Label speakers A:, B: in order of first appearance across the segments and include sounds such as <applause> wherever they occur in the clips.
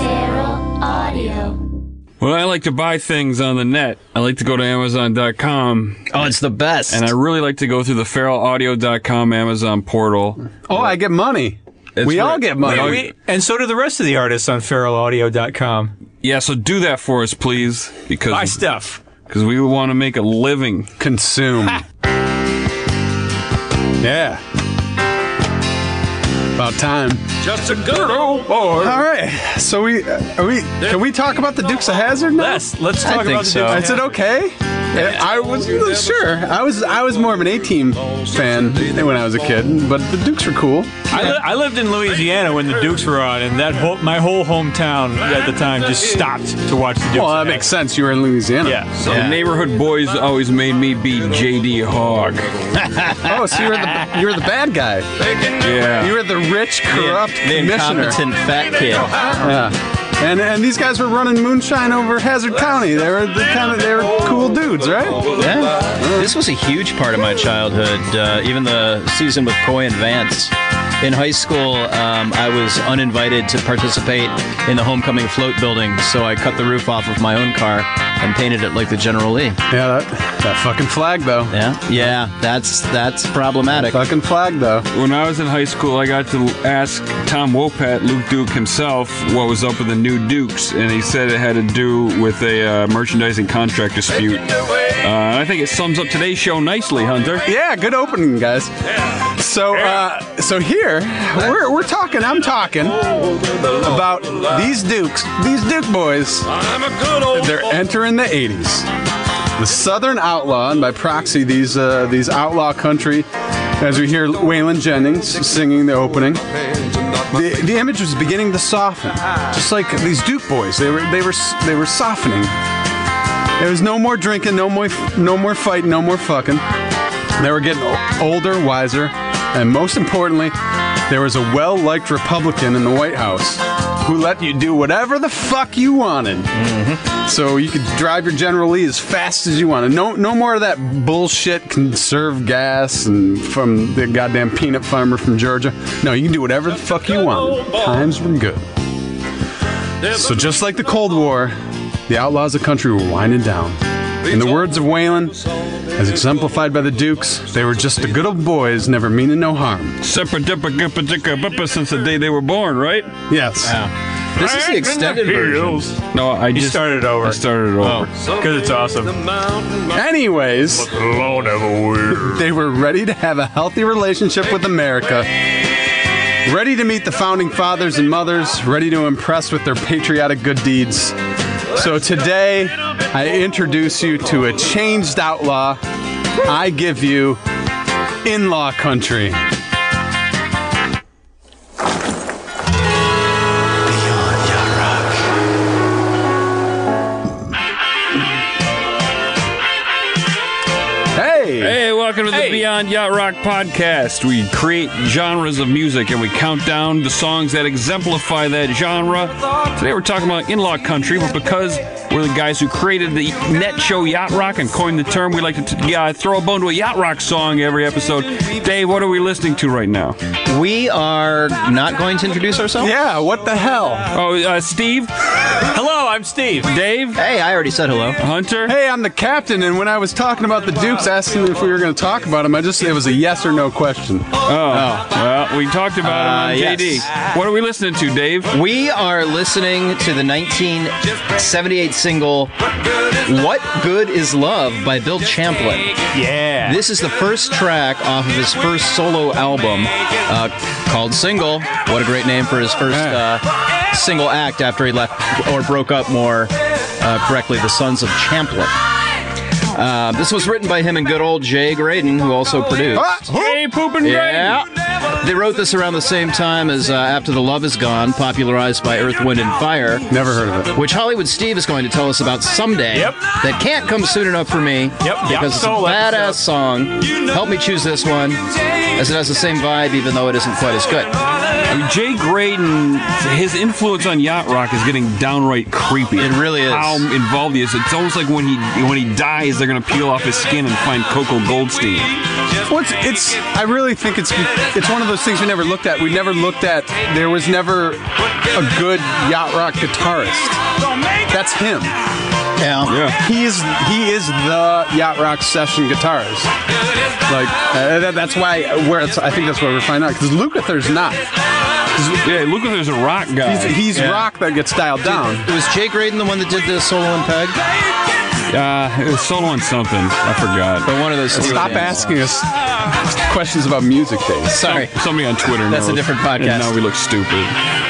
A: Feral Audio.
B: Well, I like to buy things on the net. I like to go to Amazon.com,
C: Oh, it's the best.
B: and I really like to go through the feralaudio.com Amazon portal.
D: Oh, I get money.
B: It's
D: we
B: where-
D: all get money.
B: we all-
E: We- and so do the rest of the artists on feralaudio.com.
B: Yeah, so do that for us, please,
E: Buy
B: because
E: stuff.
B: because we want to make a living.
D: Consume. yeah. About time.
B: Just a good old boy.
D: All right. So we uh, are we can we talk about the Dukes of Hazard now?
E: Let's let's talk
C: think
E: about the
C: so.
E: Dukes of
D: Is it
E: Hazzard.
D: okay? I was sure. I was I was more of an A team fan when I was a kid, but the Dukes were cool.
E: I, li- I lived in Louisiana when the Dukes were on, and that whole, my whole hometown at the time just stopped to watch the Dukes.
D: Well,
E: of
D: that
E: Hazzard.
D: makes sense. You were in Louisiana.
E: Yeah.
B: So
C: Yeah.
B: neighborhood boys always made me be JD Hogg.
D: Oh, so you were the you were the bad guy. You
B: Yeah.
D: were the rich, <laughs> corrupt
C: the
D: commissioner.
C: incompetent fat kid.
D: Yeah. And and these guys were running moonshine over Hazard County. They were the kind of they were cool dudes, right?
C: Yeah. This was a huge part of my childhood. Uh, even the season with Coy and Vance. In high school, um, I was uninvited to participate in the homecoming float building, so I cut the roof off of my own car and painted it like the General Lee.
D: Yeah, that, that fucking flag though.
C: Yeah, yeah, that's that's problematic.
D: Fucking flag though.
B: When I was in high school, I got to ask Tom Wopat, Luke Duke himself, what was up with the new Dukes, and he said it had to do with a uh, merchandising contract dispute. Uh, I think it sums up today's show nicely, Hunter.
D: Yeah, good opening, guys. So, uh, so here we're, we're talking. I'm talking about these Dukes, these Duke boys. They're entering the '80s. The Southern Outlaw, and by proxy, these uh, these outlaw country. As we hear Waylon Jennings singing the opening, the, the image was beginning to soften, just like these Duke boys. They were they were s- they were softening. There was no more drinking, no more no more fighting, no more fucking. They were getting o- older, wiser, and most importantly, there was a well liked Republican in the White House who let you do whatever the fuck you wanted. So you could drive your General Lee as fast as you wanted. No, no more of that bullshit conserve gas and from the goddamn peanut farmer from Georgia. No, you can do whatever the fuck you want. Times were good. So just like the Cold War, the outlaws of country were winding down. In the words of Waylon, as exemplified by the Dukes, they were just the good old boys, never meaning no harm.
B: Sepa dippa gippa dicka bippa since the day they were born, right?
D: Yes.
C: This is the extended version.
B: No, I
E: You
B: just
E: started over. Oh.
B: I started it over.
E: Because it's awesome.
D: Anyways, <laughs> they were ready to have a healthy relationship with America, ready to meet the founding fathers and mothers, ready to impress with their patriotic good deeds. So today, I introduce you to a changed outlaw. I give you in law country. Hey!
B: Hey, welcome to the
E: Hey.
B: Beyond Yacht Rock podcast. We create genres of music and we count down the songs that exemplify that genre. Today we're talking about in law country, but because we're the guys who created the net show Yacht Rock and coined the term, we like to t- yeah, throw a bone to a Yacht Rock song every episode. Dave, what are we listening to right now?
C: We are not going to introduce ourselves.
D: Yeah, what the hell?
B: Oh, uh, Steve,
E: Hello, I'm Steve.
B: Dave,
C: Hey, I already said hello.
B: Hunter.
D: Hey, I'm the captain, and when I was talking about the Dukes, asking if we were going to talk about them, I just, it was a yes or no question.
B: Oh, well, we talked about
C: Uh,
B: it on JD.
C: yes.
B: What are we listening to, Dave?
C: We are listening to the 1978 single What Good Is Love by Bill Champlin.
E: Yeah.
C: This is the first track off of his first solo album uh, called Single. What a great name for his first uh, single act after he left or broke up more uh, correctly, the Sons of Champlin. Uh, this was written by him and good old Jay Graydon, who also produced.
B: Hey, pooping
C: Yeah. They wrote this around the same time as uh, After the Love Is Gone, popularized by Earth, Wind, and Fire,
D: Never heard of it.
C: which Hollywood Steve is going to tell us about someday.
E: Yep.
C: That can't come soon enough for me.
E: Yep,
C: Because
E: yep,
C: it's a
E: solo
C: badass
E: episode.
C: song. Help me choose this one, as it has the same vibe, even though it isn't quite as good.
B: I mean, Jay Graydon, his influence on yacht rock is getting downright creepy.
C: It really is.
B: How involved he is. It's almost like when he when he dies, they're gonna peel off his skin and find Coco Goldstein.
D: What's it's? I really think it's it's it's one of those things we never looked at. We never looked at. There was never a good yacht rock guitarist. That's him.
C: Yeah.
B: Yeah.
D: He is he is the yacht rock session guitarist. Like uh, that, that's why where it's, I think that's where we're finding out because Lukather's not.
B: Yeah, look at there's a rock guy.
D: He's, he's
C: Yeah.
D: rock that gets dialed down.
C: It was Jay Graydon the one that did the solo and peg,
B: uh, it was solo on something. I forgot.
C: but one of those. two
D: Stop
C: things.
D: asking us questions about music things.
C: Sorry.
B: Somebody on Twitter
C: That's a
B: knows.
C: different podcast.
B: And now we look stupid.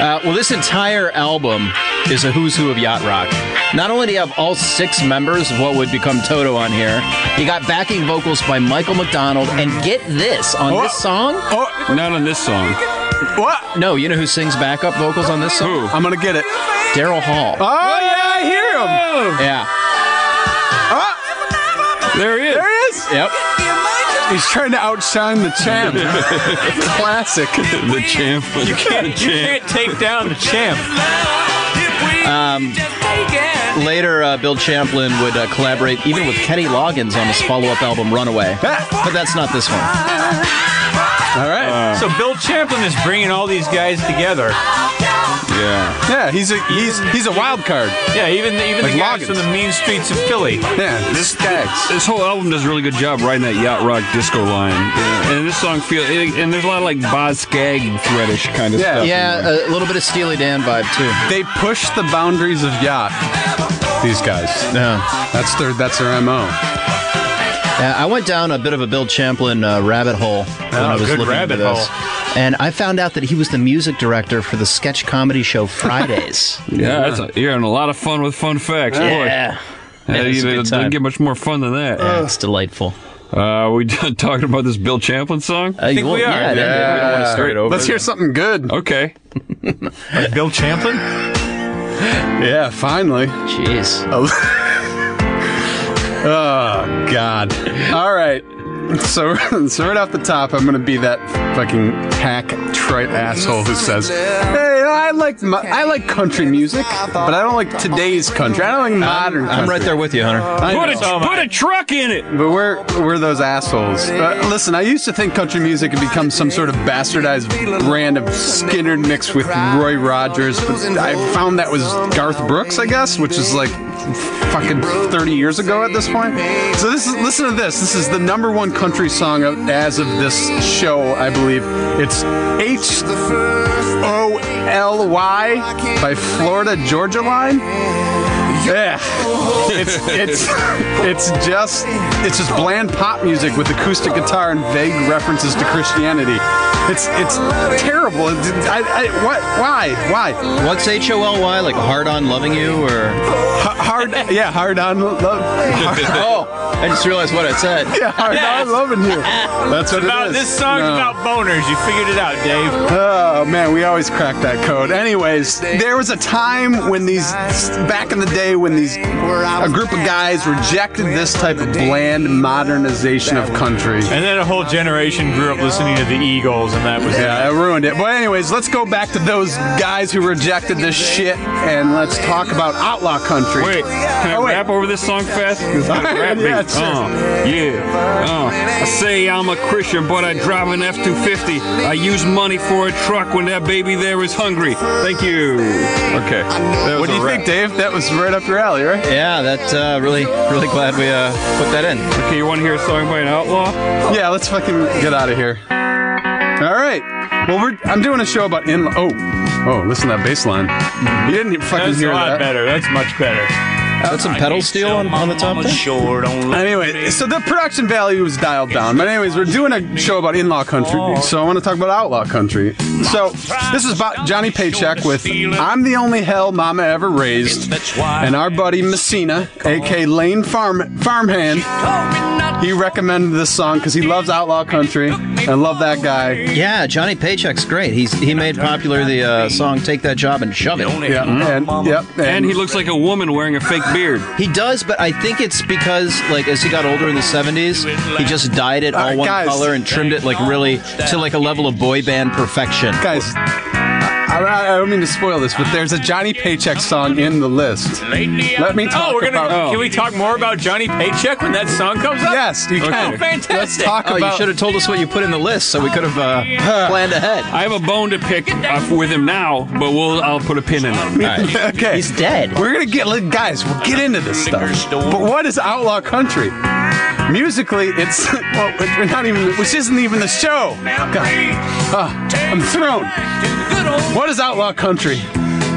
C: Uh, well, this entire album is a who's who of yacht rock. Not only do you have all six members of what would become Toto on here, you got backing vocals by Michael McDonald, and get this on
D: Oh.
C: this song.
D: Oh,
B: Not on this song.
D: what?
C: No, you know who sings backup vocals on this song?
B: Who?
D: I'm gonna get it.
C: Daryl Hall.
D: Oh yeah, I hear him.
C: Yeah.
D: Oh,
B: There he is.
D: there he is.
C: Yep.
D: He's trying to outshine the <laughs> champ. Classic.
B: <laughs> The champ. You
E: You can't take down the champ.
C: Later, uh, Bill Champlin would uh, collaborate even with Kenny Loggins on his follow-up album Runaway, but that's not this one.
D: All right.
E: So Bill Champlin is bringing all these guys together.
B: Yeah.
D: Yeah, he's a he's he's a wild card.
E: Yeah, even even
D: Like
E: the guys
D: Loggins.
E: from the mean streets of Philly.
D: Yeah, this stags.
B: This whole album does a really good job riding that yacht rock disco line. And this song feels, and there's a lot of like Boz Skag threadish kind of
D: Yeah.
B: stuff. in there.
C: Yeah, a little bit of Steely Dan vibe too.
D: They push the boundaries of yacht. These guys.
C: Yeah.
D: That's their that's their mo.
C: Uh, I went down a bit of a Bill Champlin uh, rabbit hole when I was
E: Oh, good
C: looking
E: rabbit
C: into this,
E: hole.
C: and I found out that he was the music director for the sketch comedy show <laughs> Fridays.
B: Yeah, that's a, you're having a lot of fun with fun facts.
C: yeah,
B: Boy,
C: Man,
B: Uh,
C: it's a
B: you-
C: good
B: it
C: time.
B: doesn't get much more fun than that.
C: Yeah, it's delightful.
B: Uh, we <laughs> talking about this Bill Champlin song?
C: Uh, you
E: think
C: won't-
E: we are.
C: Yeah, yeah. We don't want to start it over.
D: Let's hear something good.
B: Okay.
E: Bill Champlin?
D: Yeah, finally.
C: Jeez.
D: Oh God. All right. So, <laughs> so right off the top, I'm gonna be that fucking hack trite asshole who says, "Hey, I like my, I like country music, but I don't like today's country. I don't like modern."
C: I'm right
D: country."
C: there with you, Hunter.
D: I
B: Put a,
D: know.
B: put a truck in it.
D: But we're we're those assholes. Uh, listen, I used to think country music had become some sort of bastardized brand of Skinner mixed with Roy Rogers, but I found that was Garth Brooks, I guess, which is like fucking 30 years ago at this point. So this is listen to this. This is the number one country song of, as of this show, I believe. It's H O L Y by Florida Georgia Line. Yeah, it's it's it's just it's just bland pop music with acoustic guitar and vague references to Christianity. It's it's terrible. It- it- I, I, what? Why? Why?
C: What's H O L Y like? Hard on loving you or?
D: H- hard? Yeah, hard on love. Hard,
C: Oh, I just realized what I said.
D: yeah, hard on loving you. That's what
E: About
D: it is.
E: this song's
D: No.
E: about boners. You figured it out, Dave.
D: Oh man, we always crack that code. Anyways, there was a time when these back in the day when these a group of guys rejected this type of bland modernization of country.
E: And then a whole generation grew up listening to the Eagles, and that was
D: Yeah, I ruined it. But anyways, let's go back to those guys who rejected this shit and let's talk about outlaw country.
B: Wait, can I
D: Oh, wait.
B: rap over this song fast? 'Cause I can rap
D: Yeah,
B: beat.
D: sure.
B: Uh, yeah. Uh, I say I'm a Christian, but I drive an F-250. I use money for a truck when that baby there is hungry. Thank you. Okay. That was
D: What do
B: a
D: you
B: rap.
D: think, Dave? That was right up your alley, right?
C: Yeah, that uh, really, really glad we uh, put that in.
B: Okay, you want to hear a song by an outlaw?
D: Yeah, let's fucking get out of here. All right. Well, we're I'm doing a show about in. Oh, oh, listen to that bass line. You didn't fucking
E: That's a
D: hear
E: lot
D: that.
E: better. That's much better.
C: That's some pedal steel on, on the top there.
D: Anyway, so the production value was dialed down. But anyways, we're doing a show about in-law
E: Oh.
D: country, so I want to talk about outlaw country. So this is about Johnny Paycheck with "I'm the only hell Mama ever raised," and our buddy Messina, aka Lane Farm Farmhand, he recommended this song because he loves outlaw country and love that guy.
C: Yeah, Johnny Paycheck's great. He's he made popular the uh, song "Take That Job and Shove It."
D: Yeah, and yep,
B: And he looks like a woman wearing a fake beard.
C: He does, but I think it's because like as he got older in the '70s, he just dyed it all
D: All right,
C: one
D: Uh, guys.
C: color and trimmed it like really to like a level of boy band perfection.
D: guys. I I, I don't mean to spoil this, but there's a Johnny Paycheck song in the list. Let me talk
E: Oh, we're gonna.
D: about.
E: Can we talk more about Johnny Paycheck when that song comes up?
D: Yes, you can.
E: Oh, fantastic.
D: Let's talk
C: Oh, you
D: about.
C: should have told us what you put in the list, so we could have uh, planned ahead.
B: I have a bone to pick uh, with him now, but we'll I'll put a pin in it.
D: <laughs> okay.
C: He's dead.
D: We're gonna get like, guys. We'll get into this stuff. But what is outlaw country? Musically, it's <laughs> well, we're not even. Which isn't even the show. God. Ah, I'm thrown. What is outlaw country?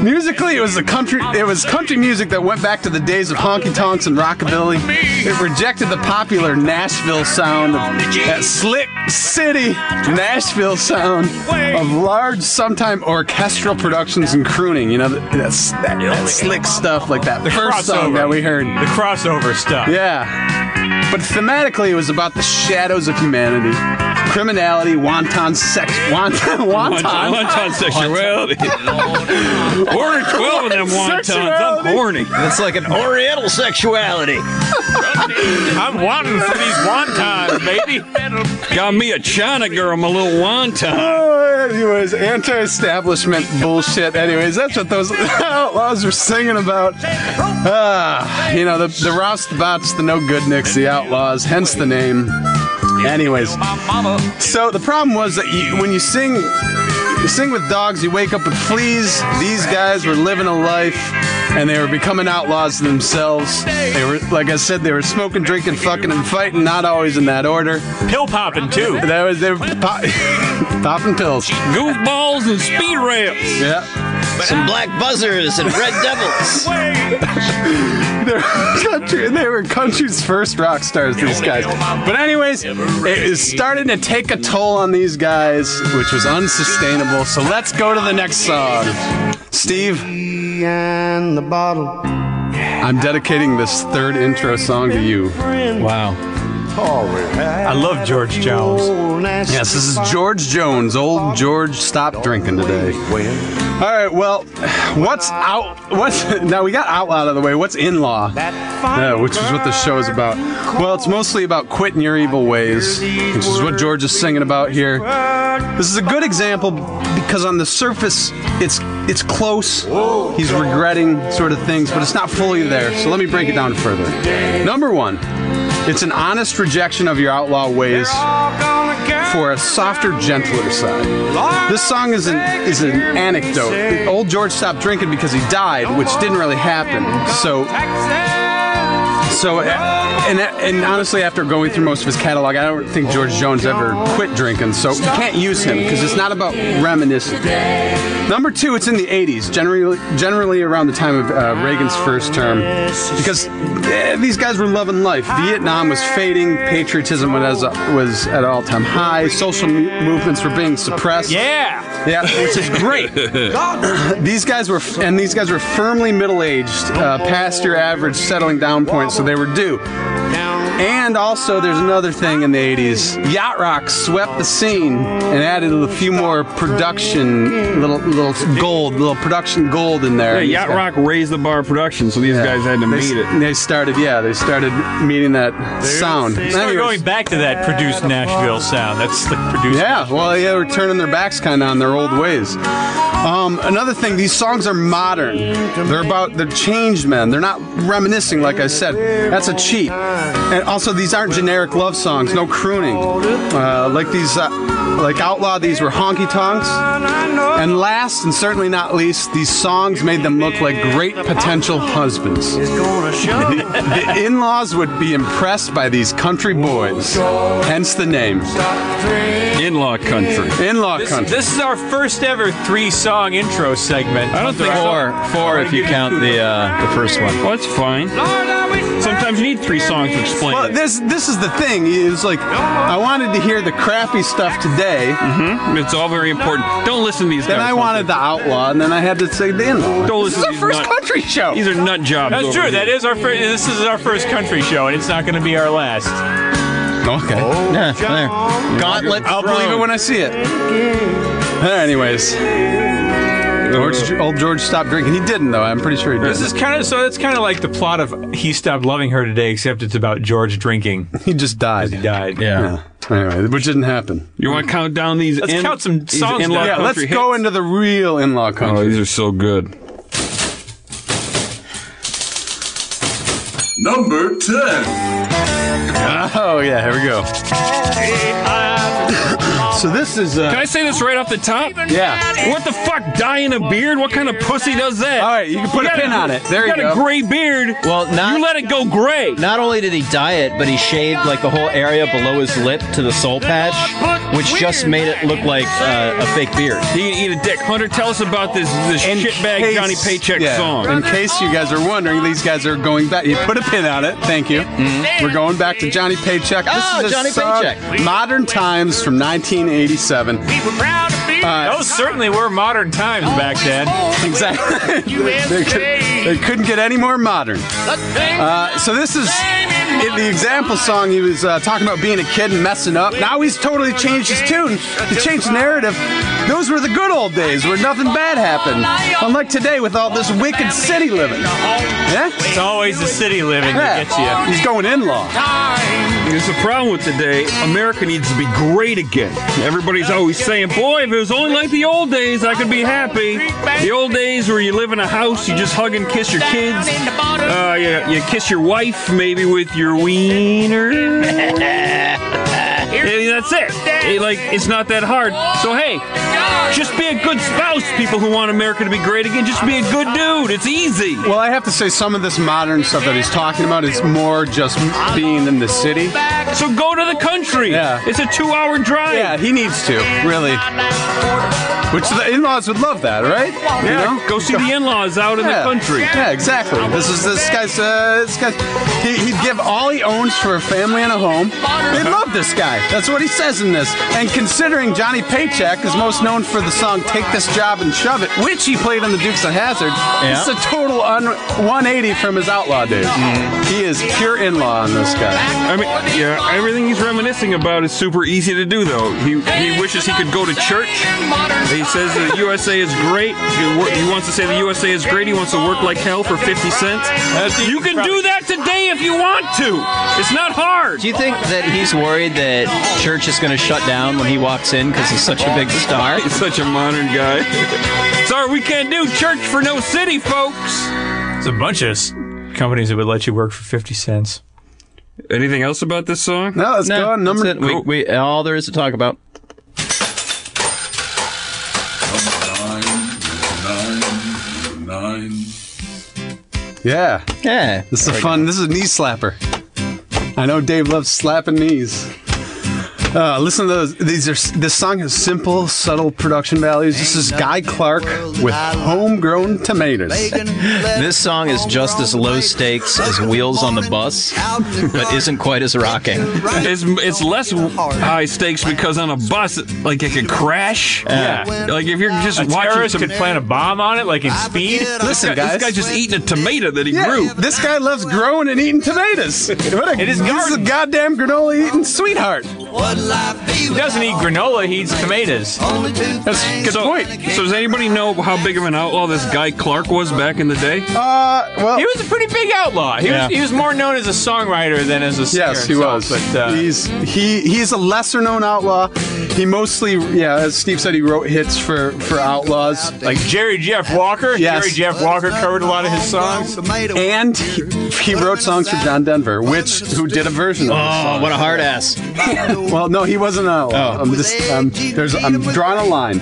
D: Musically, it was the country. It was country music that went back to the days of honky tonks and rockabilly. It rejected the popular Nashville sound of that slick city Nashville sound of large, sometime orchestral productions and crooning. You know that, that's- that, that slick stuff like that first song
E: crossover.
D: that we heard.
E: The crossover stuff.
D: Yeah. But thematically, it was about the shadows of humanity, criminality, wanton sex, wanton, <laughs>
B: Lunch,
D: wanton,
B: lunch on sexuality. Order 12 of them wontons. I'm
D: Sexuality.
B: horny.
C: It's like an Oriental sexuality.
E: I'm wanting for these wontons, Uh, baby.
B: Got me a China girl, my little wonton.
D: Oh, anyways, anti-establishment bullshit. Anyways, that's what those <laughs> outlaws were singing about. Ah, you know, the, the roustabouts, the no good nicks, the outlaws, hence the name. Anyways, so the problem was that you, when you sing, you sing with dogs, you wake up with fleas. These guys were living a life, and they were becoming outlaws themselves. They were, like I said, they were smoking, drinking, fucking, and fighting. Not always in that order.
E: Pill popping too.
D: <laughs> That was they were pop, <laughs> popping pills.
B: Goofballs and speed ramps.
D: Yeah.
C: Some black buzzers and red
D: <laughs>
C: devils.
D: They're country, they were country's first rock stars, these guys. But anyways, it is starting to take a toll on these guys, which was unsustainable. So let's go to the next song. Steve,
F: Behind the bottle,
D: I'm dedicating this third intro song to you.
C: Wow.
E: I love George Jones.
F: old nasty
D: Yes, this is George Jones. Old George stopped drinking today. All right, well, what's out? What's now? We got outlaw out of the way. What's in law? Yeah, which is what the show is about. Well, it's mostly about quitting your evil ways, which is what George is singing about here. This is a good example because on the surface, it's it's close. He's regretting sort of things, but it's not fully there. So let me break it down further. Number one, it's an honest rejection of your outlaw ways for a softer, gentler side. This song is an is an anecdote. Old George stopped drinking because he died, which didn't really happen. So so, and and honestly, after going through most of his catalog, I don't think George Jones ever quit drinking, so you can't use him because it's not about reminiscing. Number two, it's in the '80s, generally generally around the time of uh, Reagan's first term, because eh, these guys were loving life. Vietnam was fading, patriotism was was at all time high, social mu- movements were being suppressed.
E: Yeah.
D: Yeah, which is great. these guys were, and these guys were firmly middle aged, uh, past your average settling down point, so they were due. And also, there's another thing in the 80s. Yacht rock swept the scene and added a few more production, little little gold, little production gold in there.
B: Hey, Yacht Rock raised the bar of production, so these guys had to
D: they,
B: meet it.
D: They started, yeah, they started meeting that sound.
E: We're
D: Anyways.
E: going back to that produced Nashville sound. That's the produced.
D: Yeah, well, yeah, they're turning their backs kind of on their old ways. Um, another thing, these songs are modern. They're about they're changed men. They're not reminiscing, like I said. That's a cheat. And also, these aren't generic love songs. No crooning. Uh, like these, uh, like outlaw. These were honky tonks. And last, and certainly not least, these songs made them look like great potential husbands.
F: gonna shove it
D: <laughs> The in-laws would be impressed by these country boys. Hence the name,
B: In-law country.
D: in-law
E: This,
D: country.
E: this is our first ever three-song intro segment.
B: I don't think
C: Four, four if you count the uh, the first one.
B: Well, that's fine. Sometimes you need three songs to explain
D: Well,
B: it.
D: this this is the thing. Is like I wanted to hear the crappy stuff today,
B: It's all very important. Don't listen to these
D: then
B: guys.
D: I wanted the outlaw, and then I had to say the in-law.
B: Don't
D: this
B: listen
D: is
B: to
D: our
B: these
D: first
B: nut-
D: country show.
B: These are nut jobs.
E: That's
B: over
E: true.
B: here.
E: That is our first. This is our first country show, and it's not going to be our last.
D: Oh, okay.
C: Yeah, there. Gauntlet.
D: I'll believe it when I see it. Anyways, George, old George stopped drinking. He didn't though. I'm pretty sure he did.
E: This is kind of so. It's kind of like the plot of He Stopped Loving Her Today, except it's about George drinking.
D: he just died.
E: He died.
C: Yeah.
D: Anyway, which didn't happen.
B: You want to count down these?
E: Let's
B: in-
E: count some
B: these
E: songs
B: in-law
E: down.
D: Yeah, let's
B: country
D: go
B: hits?
D: into the real in-law
B: Oh,
D: country.
B: these are so good.
G: Number 10.
D: Oh, yeah, here
B: <laughs>
D: we go. so this is uh,
B: Can I say this right off the top?
D: yeah.
B: What the fuck? Dyeing a beard? What kind of pussy does that?
D: All right, you can put a
B: got
D: pin on it. There
B: got
D: you, go.
B: a gray beard.
C: Well, not-
B: you let it go gray.
C: Not only did he dye it, but he shaved like the whole area below his lip to the soul patch, which just made it look like uh, a fake beard.
B: You can eat a dick. Hunter, tell us about this this
D: In
B: shitbag
D: case-
B: Johnny Paycheck
D: yeah,
B: song.
D: In case you guys are wondering, these guys are going back. You put a pin on it. Thank you.
B: Mm-hmm.
D: We're going back to Johnny Paycheck. This
C: Oh,
D: is a
C: Johnny
D: song,
C: Paycheck.
D: Modern Times from 1987. Uh,
E: Those Oh, certainly were modern times back then.
D: Exactly. <laughs> they, could, they couldn't get any more modern. Uh, so this is in the example song. He was uh, talking about being a kid and messing up. Now he's totally changed his tune. He changed the narrative. Those were the good old days where nothing bad happened, unlike today with all this wicked city living. Yeah.
E: It's always the city living that gets
D: Yeah.
E: you.
D: He's going in law.
B: There's a problem with today. America needs to be great again. Everybody's always saying, boy, if it was only like the old days, I could be happy. The old days where you live in a house, you just hug and kiss your kids. Uh, you, you kiss your wife, maybe with your wiener. and that's it. It, Like, it's not that hard.
E: Uh,
B: So, hey, just be a good spouse, people who want America to be great again. Just be a good dude. It's easy.
D: Well, I have to say, some of this modern stuff that he's talking about is more just being in the city.
B: So go to the country.
D: Yeah.
B: It's a two hour drive.
D: Yeah, he needs to, really. Which the in laws would love that, right? You
B: Yeah,
D: know?
B: go see the in-laws out in the country.
D: Yeah, exactly. This is this guy's. Uh, this guy's. He, he'd give all he owns for a family and a home. They love this guy. That's what he says in this. And considering Johnny Paycheck is most known for the song "Take This Job and Shove It," which he played on the Dukes of Hazard, this is a total un- 180 from his outlaw days. He is pure in-law on this guy.
B: I mean, yeah, everything he's reminiscing about is super easy to do, though. He he wishes he could go to church. He says the USA is great. He wor- He wants to say the USA is great. He wants to work like hell for 50 cents. You can do that today if you want to. It's not hard.
C: Do you think that he's worried that church is going to shut down when he walks in because he's such a big star?
B: He's such a modern guy. Sorry, we can't do church for no city, folks.
E: It's a bunch of s- companies that would let you work for 50 cents.
B: Anything else about this song?
D: No, let's go on number.
C: that's it. We, we, all there is to talk about.
G: Nine. Nine.
D: Yeah,
C: Yeah.
D: this is a fun. This is a knee slapper. I know Dave loves slapping knees. Uh, listen to those. These are this song has simple, subtle production values. This is Guy Clark with homegrown tomatoes.
C: This song is just as low stakes as Wheels on the Bus, but isn't quite as rocking.
B: <laughs> It's, it's less high stakes because on a bus, like it could crash.
E: Yeah.
B: Like if you're just
E: A
B: watching
E: terrorist
B: some
E: could plant a bomb on it, like in Speed.
D: Listen, guys.
B: This guy just eating a tomato that he
D: Yeah,
B: grew.
D: This guy loves growing and eating tomatoes. What a,
E: It
D: he's
E: is
D: a
E: garden.
D: goddamn granola eating sweetheart.
E: He doesn't eat granola, he eats tomatoes.
D: That's a good
B: so,
D: point.
B: so does anybody know how big of an outlaw this guy Clark was back in the day?
D: Uh, well,
E: He was a pretty big outlaw. He,
C: Yeah.
E: was, he was more known as a songwriter than as a singer.
D: Yes, he was.
E: himself, But, uh,
D: he's he he's a lesser known outlaw. He mostly, yeah, as Steve said, he wrote hits for for outlaws.
E: like Jerry Jeff Walker.
D: Yes.
E: Jerry Jeff Walker covered a lot of his songs.
D: And he, he wrote songs for John Denver, which who did a version of this
C: Oh,
D: song.
C: what a hard ass.
D: <laughs> Well, no, he wasn't an outlaw.
C: Oh.
D: I'm just um, there's I'm drawing a line.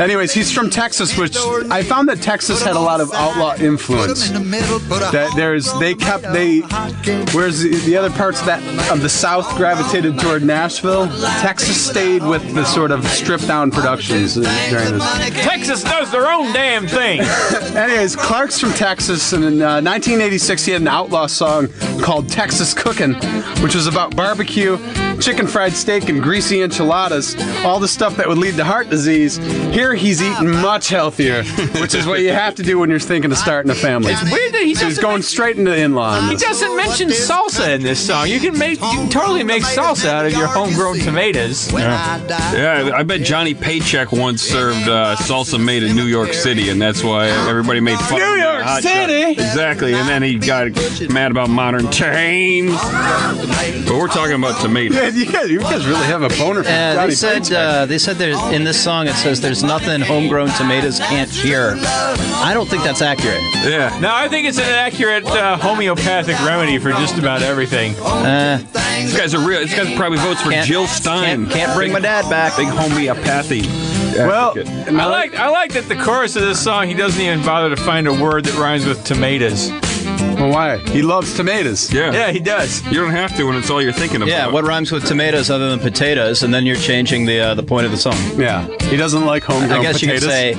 D: Anyways, he's from Texas, which I found that Texas had a lot of outlaw influence. That there's they kept they whereas the, the other parts of that of the South gravitated toward Nashville, Texas stayed with the sort of stripped down productions during this.
E: Texas does their own damn thing.
D: Anyways, Clark's from Texas, and in uh, 1986 he had an outlaw song called "Texas Cookin'," which was about barbecue, chicken fried steak, and greasy enchiladas, all the stuff that would lead to heart disease. Here he's eating much healthier, which is what you have to do when you're thinking of starting a family.
E: Weird that he
D: So he's
E: doesn't
D: going
E: make-
D: straight into in-law. On
E: He
D: this.
E: doesn't mention salsa in this song. You can make, you can totally make salsa out of your homegrown tomatoes.
B: Yeah, I bet Johnny Paycheck once served uh, salsa made in New York City, and that's why everybody made fun of him.
D: New York
B: Hot shot.
D: City!
B: Exactly, and then he got mad about modern times. But we're talking about tomatoes.
D: <laughs> yeah, you guys really have a boner for
C: Uh,
D: Johnny
C: they said
D: Prince.
C: uh, they said there's in this song it says there's nothing homegrown tomatoes can't cure. I don't think that's accurate.
B: Yeah.
E: No, I think it's an accurate uh, homeopathic remedy for just about everything.
C: Uh,
B: These guys are real. These guys probably votes for
C: Can't-
B: Jill Stein.
C: can't- can't bring
B: Big-
C: my dad back.
B: Big homeopathy.
C: uh,
D: well,
E: I like I like that the chorus of this song he doesn't even bother to find a word that rhymes with tomatoes.
D: well, why? He loves tomatoes.
B: Yeah.
E: Yeah, he does.
B: You don't have to when it's all you're thinking about.
C: yeah, what rhymes with tomatoes other than potatoes? And then you're changing the uh, the point of the song.
D: Yeah. He doesn't like homegrown
C: I guess
D: potatoes.
C: you could say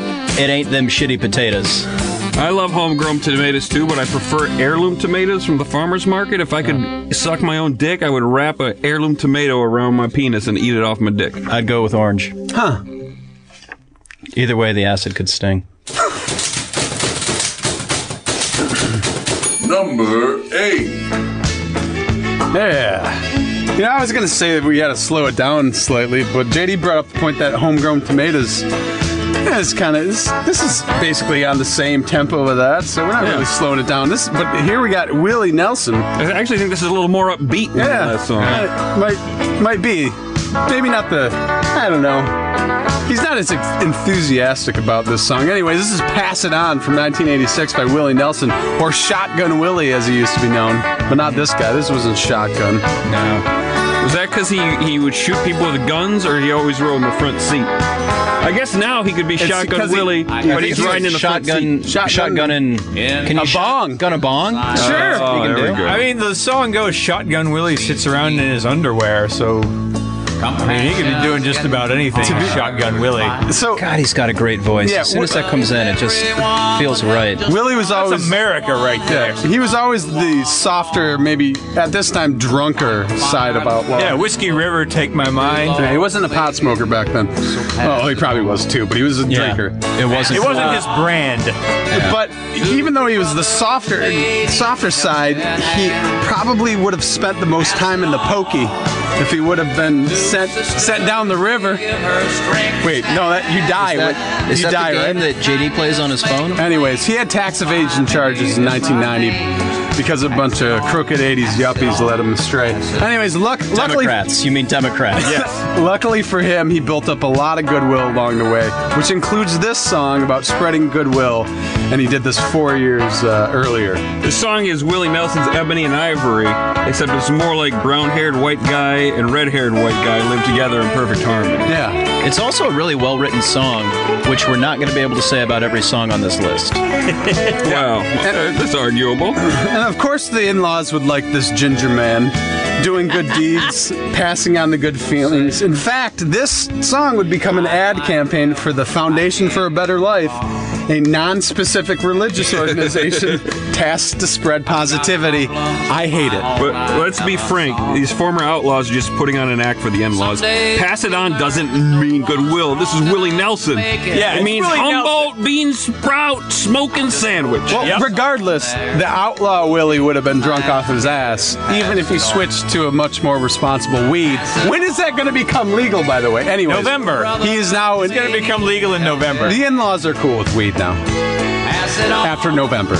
C: it ain't them shitty potatoes.
B: I love homegrown tomatoes too, but I prefer heirloom tomatoes from the farmer's market. If I could suck my own dick, I would wrap a heirloom tomato around my penis and eat it off my dick.
C: I'd go with orange.
D: Huh.
C: Either way, the acid could sting.
G: Number eight.
D: Yeah. You know, I was gonna say that we had to slow it down slightly, but JD brought up the point that homegrown tomatoes yeah, is kind of this, this is basically on the same tempo of that, so we're not really slowing it down. This, but here we got Willie Nelson.
B: I actually think this is a little more upbeat than
D: Yeah,
B: that song.
D: uh, might might be, maybe not the. I don't know. He's not as ex- enthusiastic about this song. Anyways, this is "Pass It On" from 1986 by Willie Nelson, or Shotgun Willie as he used to be known, but not this guy. This wasn't Shotgun.
B: Was that because he, he would shoot people with guns, or he always rode in the front seat? I guess now he could be Shotgun
D: 'cause he-
B: Willie,
D: I- I
B: but
D: think
B: he's
D: he
B: riding in the front
C: shotgun,
B: seat.
D: Shotgun-
C: shotgun, and can you
D: A bong. Uh,
C: Gun a bong?
D: Sure.
C: You
B: Oh,
C: can
B: there
C: do.
B: we go.
E: I mean, the song goes Shotgun Willie sits around in his underwear, so. I mean, he could be doing just about anything. Shotgun Willie.
D: So
C: God, he's got a great voice.
D: Yeah,
C: as soon as that comes in, it just feels right.
D: Willie was
E: That's
D: always
E: America right there.
D: Yeah, he was always the softer, maybe at this time drunker side about love.
E: Yeah, Whiskey River, Take My Mind.
D: Yeah, he wasn't a pot smoker back then. Oh, he probably was too, but he was a drinker.
C: It wasn't.
E: It wasn't his brand.
D: But even though he was the softer, softer side, he probably would have spent the most time in the pokey if he would have been sent sent down the river. Wait, no, that you die.
C: That,
D: when-
C: is
D: you
C: that
D: die,
C: the game
D: right?
C: that JD plays on his phone?
D: Anyways, he had tax evasion charges in 1990 because a bunch of crooked 80s yuppies led him astray. Anyways, luck, luckily,
C: Democrats. You mean Democrats?
D: luckily for him, he built up a lot of goodwill along the way, which includes this song about spreading goodwill, and he did this four years uh, earlier.
B: The song is Willie Nelson's Ebony and Ivory, except it's more like brown-haired white guy and red-haired white guy live together in perfect harmony.
D: Yeah,
C: It's also a really well written song, which we're not going to be able to say about every song on this list.
B: Wow, that's arguable.
D: and of course the in-laws would like this ginger man doing good deeds, passing on the good feelings. In fact, this song would become an ad campaign for the Foundation for a Better Life. A non specific religious organization tasked to spread positivity. I hate it.
B: But let's be frank, these former outlaws are just putting on an act for the in-laws. Pass it on doesn't mean goodwill. This is Willie Nelson.
E: Yeah,
B: it
E: it's
B: means
E: Willie
B: Humboldt bean sprout smoking sandwich.
D: Well,
E: Yep.
D: regardless, the outlaw Willie would have been drunk off his ass, even if he switched to a much more responsible weed. When is that going to become legal, by the way? Anyway,
E: November.
D: He is now.
E: It's going to become legal in November.
D: the in-laws are cool with weed now. After November,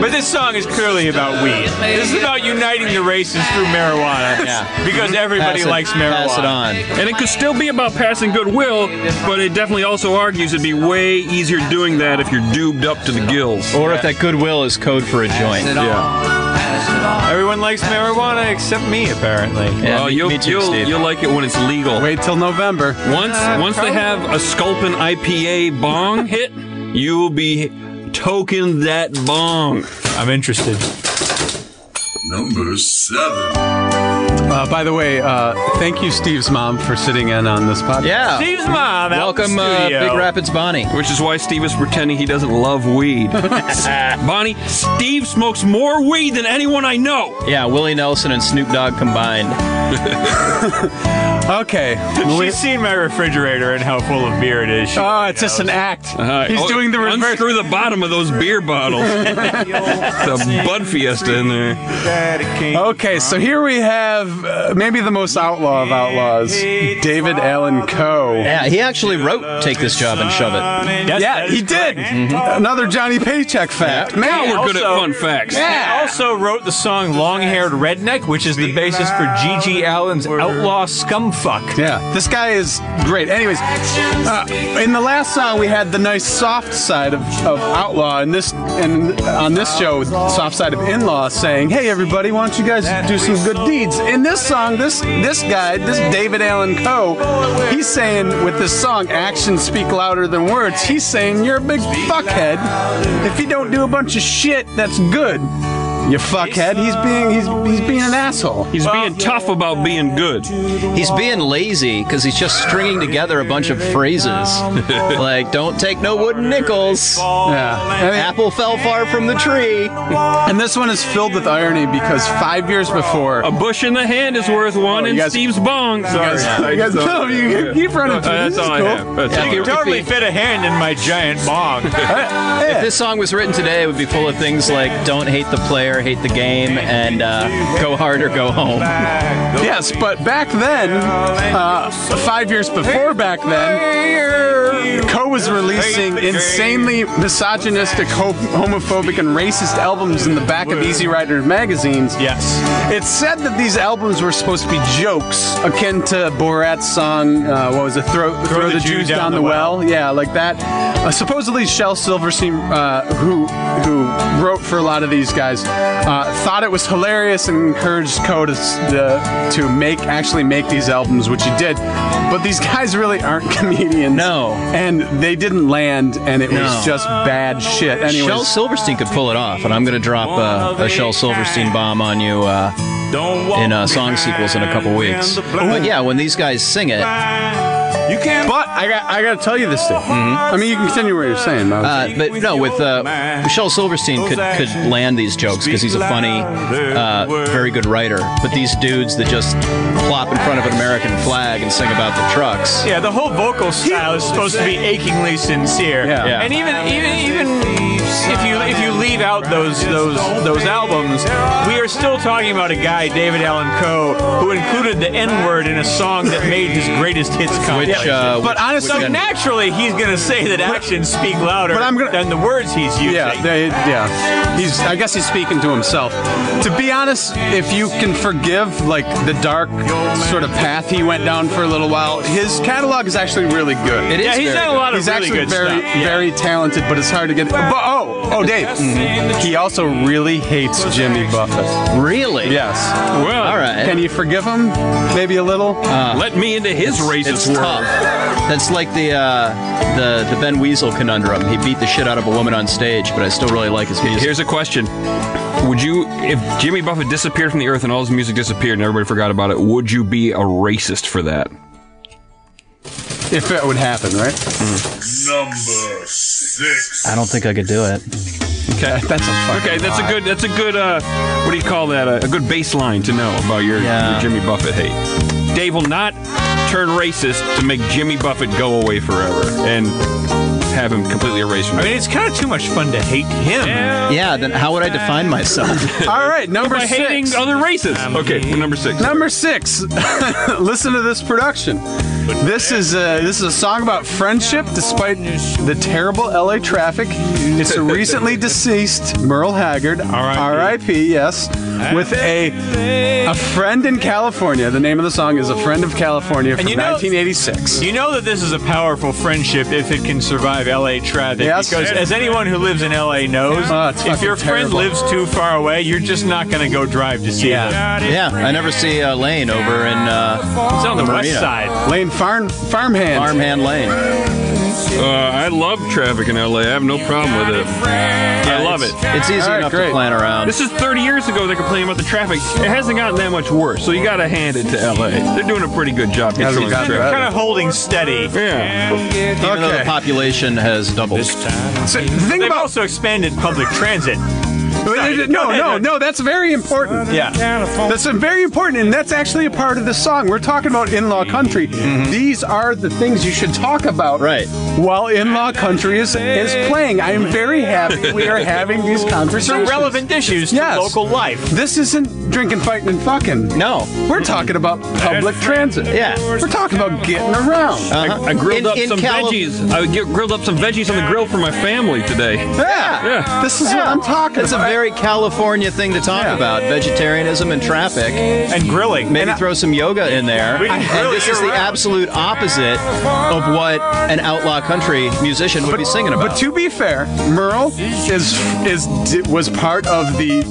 E: But this song is clearly about weed. This is about uniting the races through marijuana.
C: Yeah.
E: Because everybody
C: Pass it-
E: likes marijuana.
C: Pass it on.
B: and it could still be about passing goodwill, but it definitely also argues it'd be way easier doing that if you're dubed up to the gills. Uh,
C: Or if that goodwill is code for a joint.
B: Yeah.
E: Everyone likes marijuana except me, apparently.
C: Yeah,
B: well,
C: me-
B: you'll,
C: me too,
B: you'll-
C: Steve.
B: you'll like it when it's legal.
D: wait till November.
B: Once
D: Uh,
B: once they have a Sculpin IPA bong hit, you'll be token that bong.
E: I'm interested.
G: Number seven.
D: Uh, by the way, uh, thank you, Steve's mom, for sitting in on this podcast.
C: yeah.
E: Steve's mom. out in
C: Welcome,
E: the
C: uh,
E: studio.
C: Big Rapids Bonnie.
B: Which is why Steve is pretending he doesn't love weed. Bonnie, Steve smokes more weed than anyone I know.
C: Yeah, Willie Nelson and Snoop Dogg combined.
D: Okay.
B: <laughs>
E: She's seen my refrigerator and how full of beer it is. She
D: Oh,
E: already
D: it's just
E: knows.
D: an act.
B: Uh,
D: He's
B: oh,
D: doing the reverse.
B: Unscrew the bottom of those beer
D: <laughs>
B: bottles. the Bud Fiesta in there.
D: Okay, so here we have uh, maybe the most outlaw of outlaws, David Allen Coe.
C: Yeah, he actually wrote "Take This Job and Shove It."
E: Yes,
D: Yeah,
E: that is
D: he did.
E: correct. Mm-hmm.
D: Another Johnny Paycheck fact.
B: Now we're good at
E: also-
B: fun facts.
E: He also wrote the song Long Haired Redneck, which is the basis for G.G. Allen's Outlaw Scumfuck.
D: Yeah, this guy is great. Anyways, uh, in the last song we had the nice soft side of, of outlaw, and this and on this show soft side of in-law saying, "Hey everybody, why don't you guys do some good deeds?" In this song, this this guy, this David Allen Coe, he's saying with this song, "Actions speak louder than words." He's saying, "You're a big fuckhead if you don't do a bunch of shit that's good." You fuckhead. He's being he's he's being an asshole.
B: He's being tough about being good.
C: He's being lazy because he's just stringing together a bunch of
E: <laughs>
C: phrases like "Don't take no wooden nickels,"
D: Yeah. I mean,
C: "Apple fell far from the tree."
D: And this one is filled with irony because five years before.
B: A bush in the hand is worth one
D: Oh, you
B: in
D: guys-
B: Steve's bong.
D: you guys, no, you keep running
B: Uh,
D: through.
B: Oh, that's
D: this is
B: all
D: cool.
B: I have. That's all I
C: you
B: have.
E: Totally fit a hand in my giant <laughs> bong.
C: If this song was written today, it would be full of things like "Don't hate the player, hate the game," and uh, "Go hard or go home."
D: Yes, but back then, uh, five years before back then, Coe was releasing insanely misogynistic, ho- homophobic, and racist albums in the back of Easy Rider magazines.
E: yes.
D: It's said that these albums were supposed to be jokes, akin to Borat's song, uh, what was it, Throw, Throw, the, Jews Down, the well. Yeah, like that. Uh, supposedly, Shel Silverstein, uh, who, who wrote for a lot of these guys, uh, thought it was hilarious and encouraged Coe to, s- the- to make, actually make these albums, which he did. But these <laughs> guys really aren't comedians.
C: No.
D: And they didn't land, and it
C: No.
D: was just bad shit. Anyways,
C: Shel Silverstein could pull it off, and I'm going to drop uh, a Shel Silverstein bomb on you uh, in uh, song sequels in a couple weeks. But yeah, when these guys sing it, uh,
D: but I got, I got to tell you this thing. I mean, you can continue what you're saying, Miles.
C: but no, with uh, Shel Silverstein could could land these jokes because he's a funny, uh, very good writer. But these dudes that just plop in front of an American flag and sing about the trucks,
E: Yeah, the whole vocal style is supposed to be achingly sincere.
D: Yeah.
C: Yeah.
E: And even even even if you if you leave out those those those albums, we are still talking about a guy, David Allen Coe, who included the N-word in a song that made his greatest hits
C: which
E: compilation.
C: uh,
D: But honestly,
E: so naturally, he's gonna say that actions speak louder
D: but I'm gonna-
E: than the words he's using.
D: Yeah, they, yeah. He's. I guess he's speaking to himself. To be honest, if you can forgive like the dark sort of path he went down for a little while, his catalog is actually really good.
C: it is
E: yeah, he's
C: very
E: done a
C: good.
E: lot of
D: He's
E: really
D: actually
E: good
D: very,
E: stuff. Yeah.
D: very talented, but it's hard to get. But oh, oh, Dave. He also really hates Jimmy Buffett.
C: Really?
D: Yes.
B: Well,
C: All right.
D: Can you forgive him? Maybe a little.
B: let me into his
C: It's
B: racist
C: tough.
B: world.
C: That's like the uh, the the Ben Weasel conundrum. He beat the shit out of a woman on stage, but I still really like his music.
B: Here's a question. Would you, if Jimmy Buffett disappeared from the earth and all his music disappeared and everybody forgot about it, would you be a racist for that?
D: if it would happen, right?
G: Number six.
C: I don't think I could do it.
B: Okay,
D: That's a fucking
B: okay, that's a good, that's a good, uh, what do you call that? A, a good baseline to know about your,
C: Yeah.
B: your Jimmy Buffett hate. Dave will not turn racist to make Jimmy Buffett go away forever and have him completely erased from.
E: I mean, it's kind of too much fun to hate him.
C: Yeah, then how would I define myself?
D: <laughs> All right, number
B: by
D: six.
B: hating other races. Okay, number six.
D: Number six. <laughs> Listen to this production. This is a, this is a song about friendship, despite the terrible LA traffic. It's a
E: <laughs>
D: recently deceased Merle Haggard, R.I.P. Yes, with a a friend in California. The name of the song is "A Friend of California" from
E: you know-
D: 1986.
E: You know that this is a powerful friendship if it can survive LA traffic.
D: Yes.
E: Because as anyone who lives in LA knows,
D: Oh,
C: Ah,
D: it's
E: if
D: fucking
E: your friend
D: terrible.
E: lives too far away, you're just not going to go drive to see them.
C: yeah, I never see uh, Lane over in uh,
E: It's on the west
C: Marina.
E: side.
D: Lane Farm Farmhand.
C: Farmhand Lane.
B: Uh, I love traffic in LA. I have no problem with it. I love it.
C: It's easy
D: All right,
C: enough
D: great.
C: to plan around.
B: This is 30 years ago. They're complaining about the traffic. It hasn't gotten that much worse. So you got to hand it to LA. They're doing a pretty good job
D: Hasn't
B: controlling the
D: gotten
B: traffic.
D: better.
E: Kind of holding steady.
C: Uh-huh.
B: Yeah.
C: Even though the
D: Okay.
C: population has doubled.
D: So the thing
E: They've
D: about
E: also expanded public transit.
D: But it-
E: go
D: no,
E: ahead.
D: no, no. That's very important.
E: Yeah.
D: That's uh, very important, and that's actually a part of the song. We're talking about in-law country. These are the things you should talk about,
C: Mm-hmm. Right.
D: While in-law country is is playing, I am very happy we are having these
E: They're
D: conversations.
E: relevant issues
D: Yes.
E: to local life.
D: This isn't drinking, fighting, and fucking.
C: No.
D: We're talking about public transit.
C: Yeah.
D: We're talking about getting around.
C: Uh-huh.
B: I grilled
C: In-
B: up
C: in
B: some
C: Cali-
B: veggies. I get, grilled up some veggies on the grill for my family today.
D: yeah.
B: Yeah.
D: This is what I'm talking
C: It's a
D: about.
C: very California thing to talk
D: Yeah.
C: about vegetarianism and traffic.
E: And grilling.
C: Maybe throw some yoga in there.
E: We can
C: And
E: grill
C: this is the
E: year-round.
C: absolute opposite of what an outlaw country musician would be singing about.
D: But to be fair, Merle is is was part of the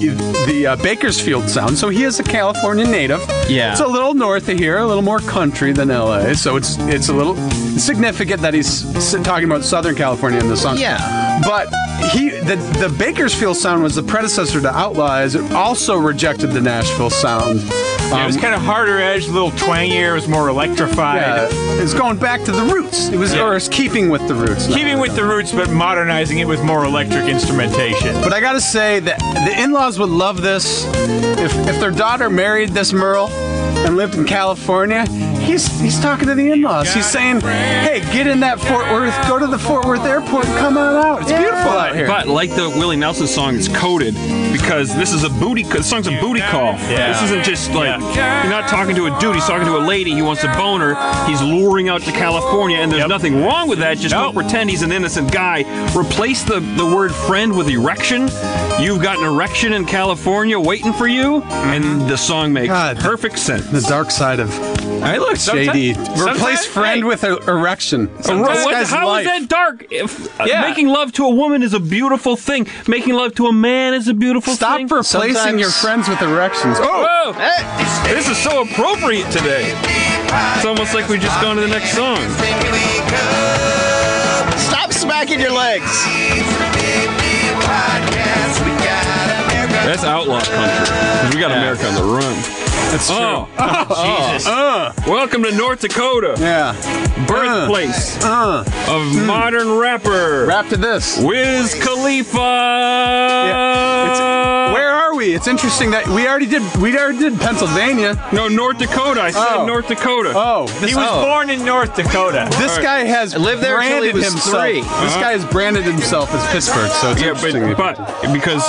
D: the uh, Bakersfield sound, so he is a California native.
C: Yeah.
D: it's a little north of here, a little more country than LA, so it's it's a little significant that he's s- talking about Southern California in the song.
C: Yeah.
D: but he the the Bakersfield sound was the predecessor to Outlaw, as it also rejected the Nashville sound. Um,
E: it was kind of harder edge, a little twangier, it was more electrified.
D: Yeah, it's going back to the roots. It was, or it's keeping with the roots.
E: Keeping with the roots, but modernizing it with more electric instrumentation.
D: But I gotta say that the in-laws would love this. If if their daughter married this Merle and lived in California, he's he's talking to the in-laws. He's saying, "Hey, get in that Fort Worth. Go to the Fort Worth Airport and come on out. It's beautiful out here."
B: But like the Willie Nelson song, it's coded because this is a booty. This song's a booty call.
E: Yeah.
B: This isn't just like you're not talking to a dude. He's talking to a lady. He wants a boner. He's luring out to California, and there's nothing wrong with that. Just don't
E: No.
B: pretend he's an innocent guy. Replace the the word friend with erection. You've got an erection in California waiting for you, and the song makes
D: God.
B: perfect sense.
D: the dark side of
B: I look
D: JD. Replace friend with a erection. This
B: What,
D: guy's
B: how is
D: life.
B: that dark? If, uh,
D: Yeah.
B: Making love to a woman is a beautiful thing. Making love to a man is a beautiful
D: Stop
B: thing.
D: replacing
C: Sometimes-
D: your friends with erections. Oh,
B: Whoa! This is so appropriate today. It's almost like we've just gone to the next song.
C: Stop smacking your legs.
B: That's outlaw country. 'cause we got America on the run. That's true. Oh, Jesus. welcome to North Dakota,
D: yeah.
B: birthplace
D: Uh,
B: of modern rapper
D: wrap to this.
B: Wiz Khalifa.
D: Yeah, Where are we? It's interesting that we already did. We already did Pennsylvania.
B: No, North Dakota. I said
D: Oh.
B: North Dakota.
D: Oh, this
E: He was
C: Oh.
E: born in North Dakota.
D: This guy has
C: lived there till he
D: branded
C: was
D: himself.
C: three.
D: This guy has branded himself as Pittsburgh, so
B: Uh-huh.
D: it's
B: Yeah,
D: interesting.
B: but, but because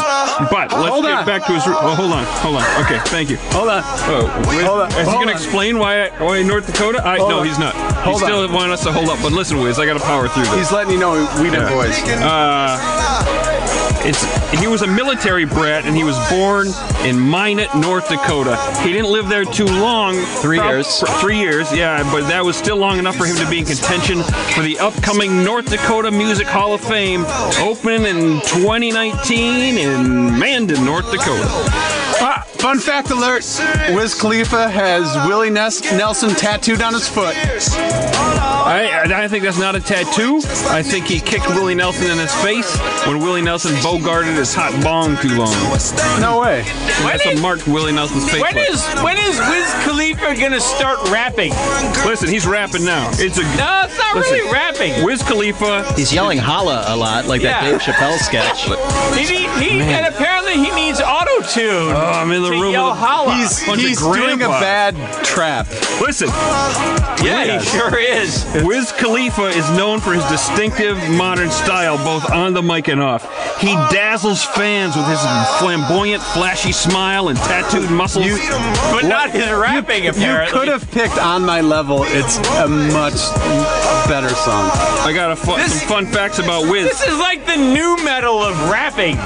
B: but let's
D: Hold
B: get
D: on.
B: back to his. Oh, hold on, hold on. Okay, thank you.
D: hold on.
B: Oh, wait,
D: Hold on,
B: Is he
D: hold
B: going to
D: on.
B: explain why I, why North Dakota? I
D: Hold
B: no,
D: on.
B: he's not.
D: Hold
B: he's still
D: on.
B: wanting us to hold up. But listen, Wiz, I got to power through this.
D: He's letting you know we did
B: Yeah.
D: boys.
B: It's he was a military brat and he was born in Minot, North Dakota. He didn't live there too long.
C: Three
B: Prob-
C: years.
B: pr- Three years, yeah, but that was still long enough for him to be in contention for the upcoming North Dakota Music Hall of Fame, open in 2019 in Mandan, North Dakota.
D: Ah, fun fact alert: Wiz Khalifa has Willie Nes- Nelson tattooed on his foot.
B: I, I I think that's not a tattoo. I think he kicked Willie Nelson in his face when Willie Nelson bogarted his hot bong too long.
D: No way.
B: And that's a marked Willie Nelson's face.
E: When is when is Wiz Khalifa gonna start rapping?
B: Listen, he's rapping now. It's a
E: No, it's not
B: Listen.
E: really rapping.
B: Wiz Khalifa.
C: He's yelling holla a lot, like that
E: Yeah.
C: Dave Chappelle sketch.
E: He, need- he and apparently he needs auto tune.
B: Oh, I'm in the room.
E: yell
B: with a-
E: holla.
D: He's
B: Bunch of
D: he's doing a
B: grandpas.
D: bad trap.
B: Listen,
E: yeah, he sure is.
B: Wiz Khalifa is known for his distinctive modern style, both on the mic and off. He dazzles fans with his flamboyant, flashy smile and tattooed muscles.
E: But not his rapping
D: You
E: apparently.
D: could have picked "On My Level." It's a much better song.
B: I got a fu-
E: This-
B: some fun facts about Wiz.
E: This is like the new metal of rapping.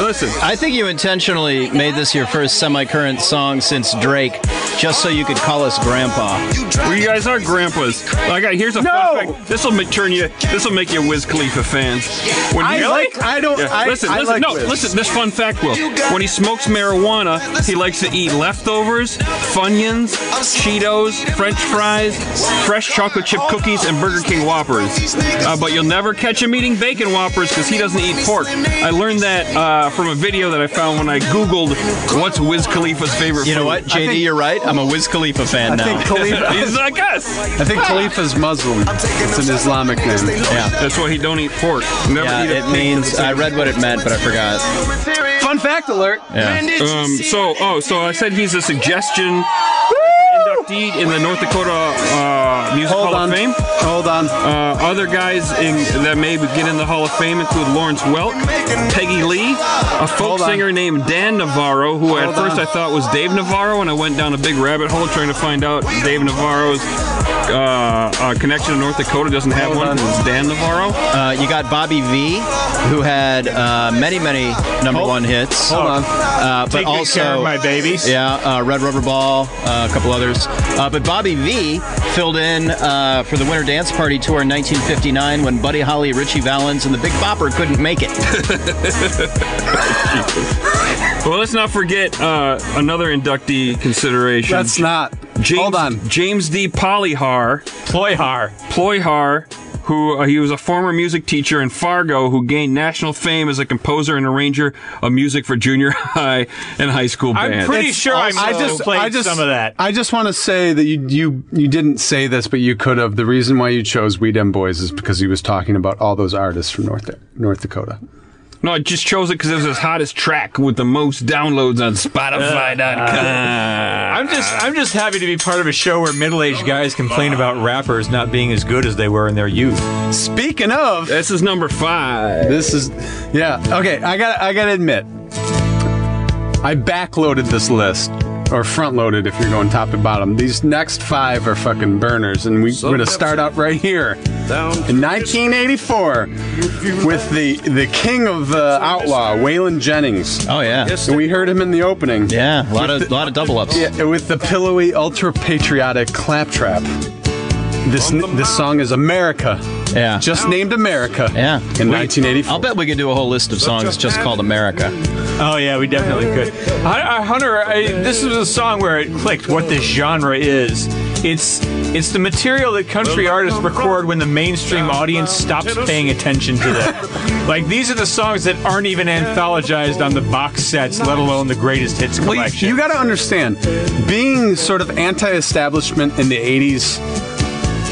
B: Listen,
C: I think you intentionally made this your first semi-current song since Drake, just so you could call us grandpa.
B: Well, you guys are grandpas. I got here's a fun fact. This will turn you. This will make you Wiz Khalifa fans. When
D: I
B: Really?
D: like. I don't.
B: Yeah.
D: I,
B: listen,
D: I
B: listen,
D: like
B: no,
D: Wiz.
B: listen. This fun fact, Will. When he smokes marijuana, he likes to eat leftovers, Funyuns, Cheetos, French fries, fresh chocolate chip cookies, and Burger King Whoppers. Uh, but you'll never catch him eating bacon Whoppers because he doesn't eat pork. I learned that uh, from a video that I found when I Googled what's Wiz Khalifa's favorite.
C: You know
B: food."
C: what, JD, you're right. I'm a Wiz Khalifa fan
D: I
C: now. Ah!
D: think Khalifa.
B: He's like us.
D: I think Khalifa's Muslim. It's an Islamic name.
C: yeah.
B: That's why he don't eat pork. Never
C: Yeah,
B: eat a
C: it
B: pig.
C: means I read what it meant, but I forgot.
D: Fun Fun fact alert.
B: Um, so, oh, so I said he's a suggestion inductee in the North Dakota uh, Music
D: Hold
B: Hall
D: on.
B: of Fame.
D: Hold on.
B: Uh, other guys in, that may get in the Hall of Fame include Lawrence Welk, Peggy Lee, a folk
D: Hold on.
B: singer named Dan Navarro, who at
D: Hold
B: first
D: on.
B: I thought was Dave Navarro, and I went down a big rabbit hole trying to find out Dave Navarro's uh, uh, connection to North Dakota. Doesn't have one. It's Dan Navarro.
C: Uh, you got Bobby V, who had uh, many, many number one hits.
D: Hold on.
C: Uh, but
E: Take good
C: also,
E: care of my babies.
C: Yeah, uh, Red Rubber Ball, uh, a couple others. Uh, but Bobby V filled in uh, for the Winter Dance Party tour in 1959 when Buddy Holly, Richie Valens, and the Big Bopper couldn't make it.
B: Well, let's not forget uh, another inductee consideration.
D: That's not.
B: James,
D: Hold on.
B: James D. Polyhar.
E: Ployhar.
B: Ployhar, who uh, he was a former music teacher in Fargo, who gained national fame as a composer and arranger of music for junior <laughs> high and high school
E: I'm
B: bands.
E: pretty sure I'm
D: I just,
E: played
D: I just,
E: some of that.
D: I just want to say that you, you, you didn't say this, but you could have. The reason why you chose We Dem Boys is because he was talking about all those artists from North, North Dakota.
B: no, I just chose it because it was his hottest track with the most downloads on
D: Uh,
B: Spotify.com.
E: I'm just I'm just happy to be part of a show where middle-aged guys complain about rappers not being as good as they were in their youth.
D: Speaking of,
B: this is number five.
D: this is, yeah. Okay, I got, to I got to admit, I backloaded this list. Or front loaded if you're going top to bottom. These next five are fucking burners, and we, we're gonna start out right here.
G: Down.
D: In 1984 with the the king of the outlaw Waylon Jennings.
C: Oh, yeah.
D: And we heard him in the opening.
C: Yeah, a lot of, lot of double ups.
D: Yeah, with the pillowy, ultra patriotic claptrap. This this song is America,
C: Yeah.
D: just named America.
C: Yeah.
D: in
C: We-
D: 1984.
C: I'll bet we could do a whole list of songs just called America.
E: Oh yeah, we definitely could. I, I, Hunter, I, this was a song where it clicked. What this genre is? It's it's the material that country artists record when the mainstream audience stops paying attention to them. like these are the songs that aren't even anthologized on the box sets, let alone the greatest hits
D: Well, you-
E: collection.
D: you got to understand, being sort of anti-establishment in the 80s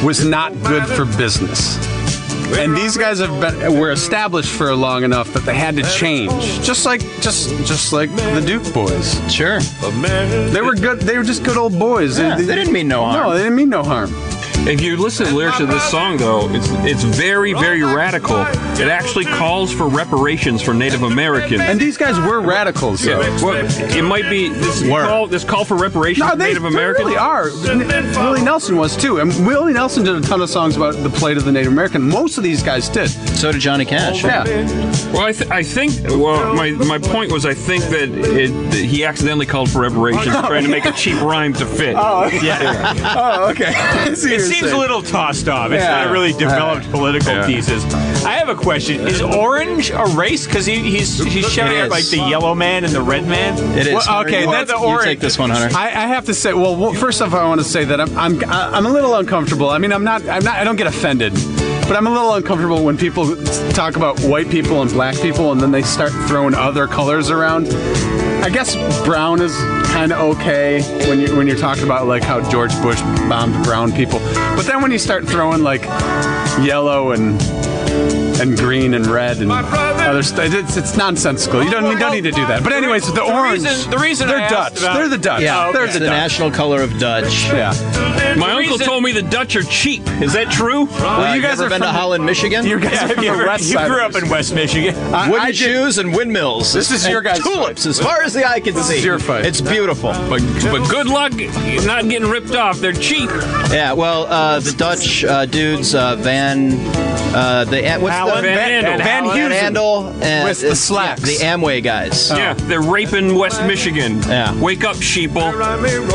D: was not good for business. And these guys have been were established for long enough that they had to change. Just like just just like the Duke boys.
C: Sure.
D: They were good they were just good old boys.
C: Yeah, they didn't mean no harm.
D: No, they didn't mean no harm.
B: If you listen to the lyrics of this song, though, it's it's very very radical. It actually
D: uh.
B: calls for reparations for Native Americans.
D: And these guys were radicals
B: Yeah,
D: though.
B: well, it might be this
C: Word.
B: call, this call for reparations
D: No,
B: for
D: they,
B: Native
D: they
B: Americans.
D: really are. N- Willie Nelson was too. And Willie Nelson did a ton of songs about the plight of the Native American. Most of these guys did.
C: So did Johnny Cash.
D: Yeah.
B: Well, I, th- I think. Well, my, my point was, I think that, it, that he accidentally called for reparations, trying to make a cheap rhyme to fit.
E: yeah.
D: Oh, okay. <laughs> I see what
E: It
D: you're
E: seems
D: saying.
E: a little tossed off. It's
D: Yeah.
E: not a really developed political
B: Yeah.
E: thesis. I have a question: Is orange a race? Because he, he's he's shouting
C: It
E: out like
C: is.
E: the yellow man and the red man.
C: It is.
D: Well,
C: Hunter,
D: okay,
C: you-
D: that's-
C: you take this one, Hunter.
D: I, I have to say, well, well, first off, I want to say that I'm, I'm I'm a little uncomfortable. I mean, I'm not I'm not I don't get offended, but I'm a little uncomfortable when people talk about white people and black people, and then they start throwing other colors around. I guess brown is kind of okay when you when you're talking about like how George Bush bombed brown people, but then when you start throwing like yellow and and green and red and other stuff, it's, it's nonsensical. You don't you don't need to do that. But anyways, the, orange.
E: reason- the reason
D: they're
E: I asked
D: Dutch.
E: about-
D: they're the Dutch.
C: yeah,
D: they're
C: it's
D: the
C: the
D: Dutch.
C: national color of Dutch.
D: Yeah.
B: My uncle
E: reason-
B: told me the Dutch are cheap. Is that true?
C: Uh,
D: you guys
C: ever been
D: are from
C: to
D: the-
C: Holland, Michigan?
D: You guys are from
E: You
D: the
E: ever-
D: west
E: you
D: side.
E: grew up in West Michigan.
D: <laughs>
E: Uh,
D: I-
C: Wooden
D: I did-
C: shoes and windmills.
D: This is
C: And
D: your guys'
C: tulips, as far as the eye can see.
D: your fight.
C: It's beautiful.
B: But, but good luck not getting ripped off. They're cheap.
C: Yeah, well, uh, the Dutch uh, dudes, uh, Van, uh, the uh, what's
E: Alan
C: the
E: Van Andel.
C: Van
D: Van Huizen.
C: Andel and
D: With the
C: yeah,
D: slacks.
C: the Amway guys.
B: Yeah, they're raping West Michigan.
C: Yeah.
B: Wake up, sheeple.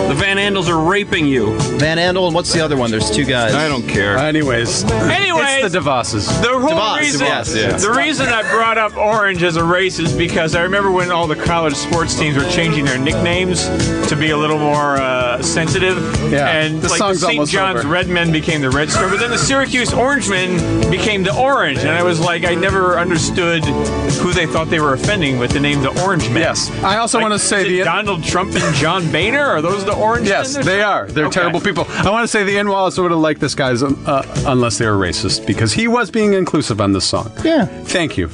B: The Van Andels are raping you.
C: Van Andel and what's the other one? There's two guys.
B: I don't care.
D: Anyways.
E: Anyways.
D: It's the DeVosses.
E: The whole
C: DeVos,
E: reason,
C: DeVos, yeah.
E: the reason I brought up orange as a race is because I remember when all the college sports teams were changing their nicknames to be a little more uh, sensitive.
D: Yeah,
E: and
D: the
E: like
D: song's
E: the St.
D: almost
E: John's
D: over.
E: Redmen became the Red Storm, but then the Syracuse Orangemen became the Orange, and I was like, I never understood who they thought they were offending with the name the Orange Men.
D: Yes. I also
E: Like,
D: want to say
E: is it
D: the.
E: Donald Trump and John Boehner are those the Orange?
D: Yes,
E: Men?
D: they are. They're
E: Okay.
D: terrible people. I want to say the Inwallis would have liked this guy's uh, unless they were racist because he was being inclusive on this song.
C: Yeah.
D: Thank you,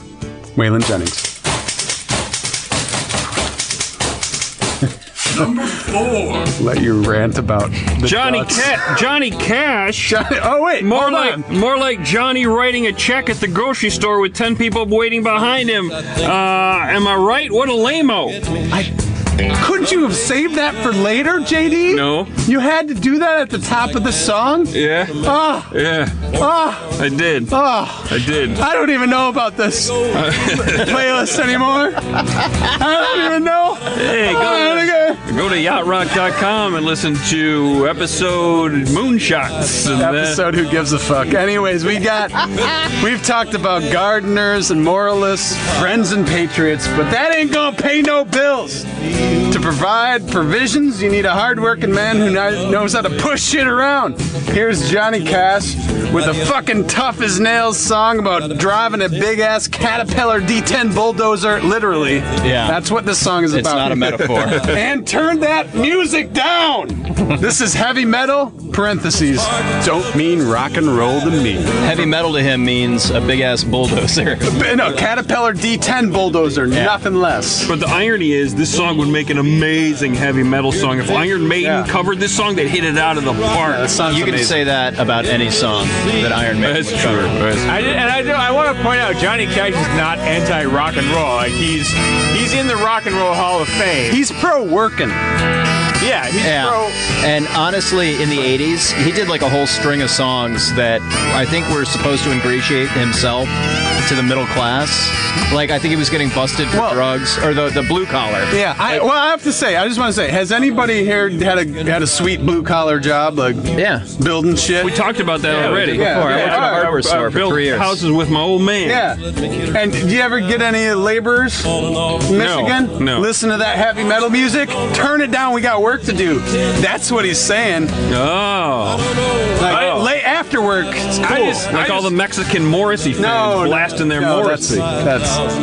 D: Waylon Jennings.
G: Number four.
D: Let you rant about the
B: <laughs>
D: <laughs>
B: Johnny
D: Dutch.
B: Cat, Johnny Cash.
D: Johnny, oh wait,
B: More
D: hold
B: like
D: on.
B: more like Johnny writing a check at the grocery store with ten people waiting behind him. Uh, am I right? What a lameo!
D: Couldn't you have saved that for later, JD?
B: No.
D: You had to do that at the top of the song?
B: Yeah,
D: Ah,
B: yeah,
D: ah,
B: I did,
D: ah.
B: I did.
D: I don't even know about
B: <laughs>
D: this playlist anymore. I don't even know.
B: Hey,
D: I don't
B: go,
D: get-
B: go to yachtrock.com and listen to episode Moonshots. and then-
D: episode who gives a fuck anyways we got we've talked about gardeners and moralists friends and patriots but that ain't gonna pay no bills to provide provisions you need a hard-working man who kno- knows how to push shit around here's johnny cash with a fucking tough as nails song about driving a big ass caterpillar d10 bulldozer literally
C: Yeah.
D: that's what this song is
C: It's
D: about
C: not a metaphor.
D: <laughs> and turn that music down. This is heavy metal. Parentheses don't mean rock and roll to me.
C: Heavy metal to him means a big ass bulldozer.
D: But no, Caterpillar D10 bulldozer, nothing less.
B: But the irony is, this song would make an amazing heavy metal song. If Iron Maiden
D: Yeah.
B: covered this song, they'd hit it out of the park.
D: sounds
C: You can say that about any song that Iron Maiden
B: That's
C: would
B: true.
C: cover.
B: That's-
E: I did, and I do. I want to point out Johnny Cash is not anti rock and roll. Like he's he's in the Rock and Roll Hall of Fame.
D: He's pro working.
E: yeah, he's
C: Yeah.
E: pro.
C: And honestly, in the 80s, he did like a whole string of songs that I think were supposed to ingratiate himself to the middle class. Like, I think he was getting busted for
D: Well-
C: drugs or the, the blue collar.
D: Yeah. I, well, I have to say, I just want to say, has anybody here had a had a sweet blue collar job like
C: Yeah.
D: building shit?
B: We talked about that already.
D: yeah,
C: Before, I worked at a
D: yeah.
C: hardware
B: I
C: store for
B: built
C: three years.
B: houses with my old man.
D: yeah. And do you ever get any laborers in Michigan?
B: no.
D: Listen to that heavy metal music? Turn it down. We got work to do. That's what he's saying.
B: Oh,
D: Like,
B: Oh.
D: late after work. It's cool.
B: I just, like
E: I
B: all
E: just-
B: the Mexican Morrissey fans
D: no,
B: blasting their
D: no,
B: Morrissey.
D: That's, that's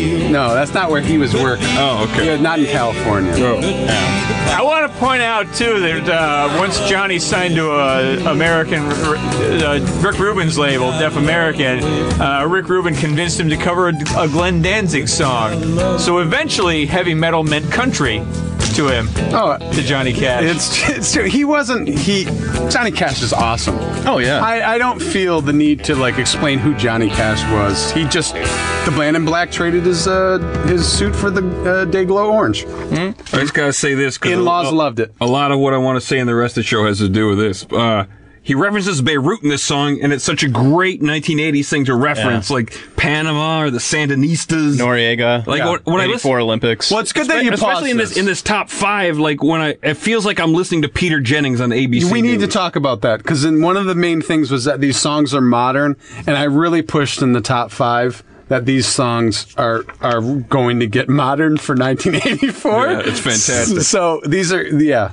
D: that's no, that's not where he was working.
B: Oh, okay.
D: Yeah, not in California.
E: I want to point out too that uh, once Johnny signed to a American uh, Rick Rubin's label, Deaf American, uh, Rick Rubin convinced him to cover a, a Glenn Danzig song. So eventually, heavy metal meant country to him,
D: Oh,
E: to Johnny Cash.
D: it's, <laughs> it's true. He wasn't. He Johnny Cash is awesome.
C: Oh, yeah.
D: I, I don't feel the need to like explain who Johnny Cash was. He just the bland and black traded his uh, his suit for the uh, day glow orange.
B: I just gotta say this. 'cause
D: In-laws
B: a-
D: loved it.
B: A lot of what I want to say in the rest of the show has to do with this. Uh, he references Beirut in this song, and it's such a great 1980s thing to reference, like Panama or the Sandinistas.
C: Noriega.
B: Like,
C: yeah.
B: when- when I
C: 84
B: listen-
C: Olympics.
D: Well, it's good that you paused
B: Especially in this in this top five, like when I it feels like I'm listening to Peter Jennings on ABC.
D: We need to
B: News.
D: talk about that because one of the main things was that these songs are modern, and I really pushed in the top five that these songs are are going to get modern for 1984.
B: Yeah, it's fantastic.
D: So these are yeah.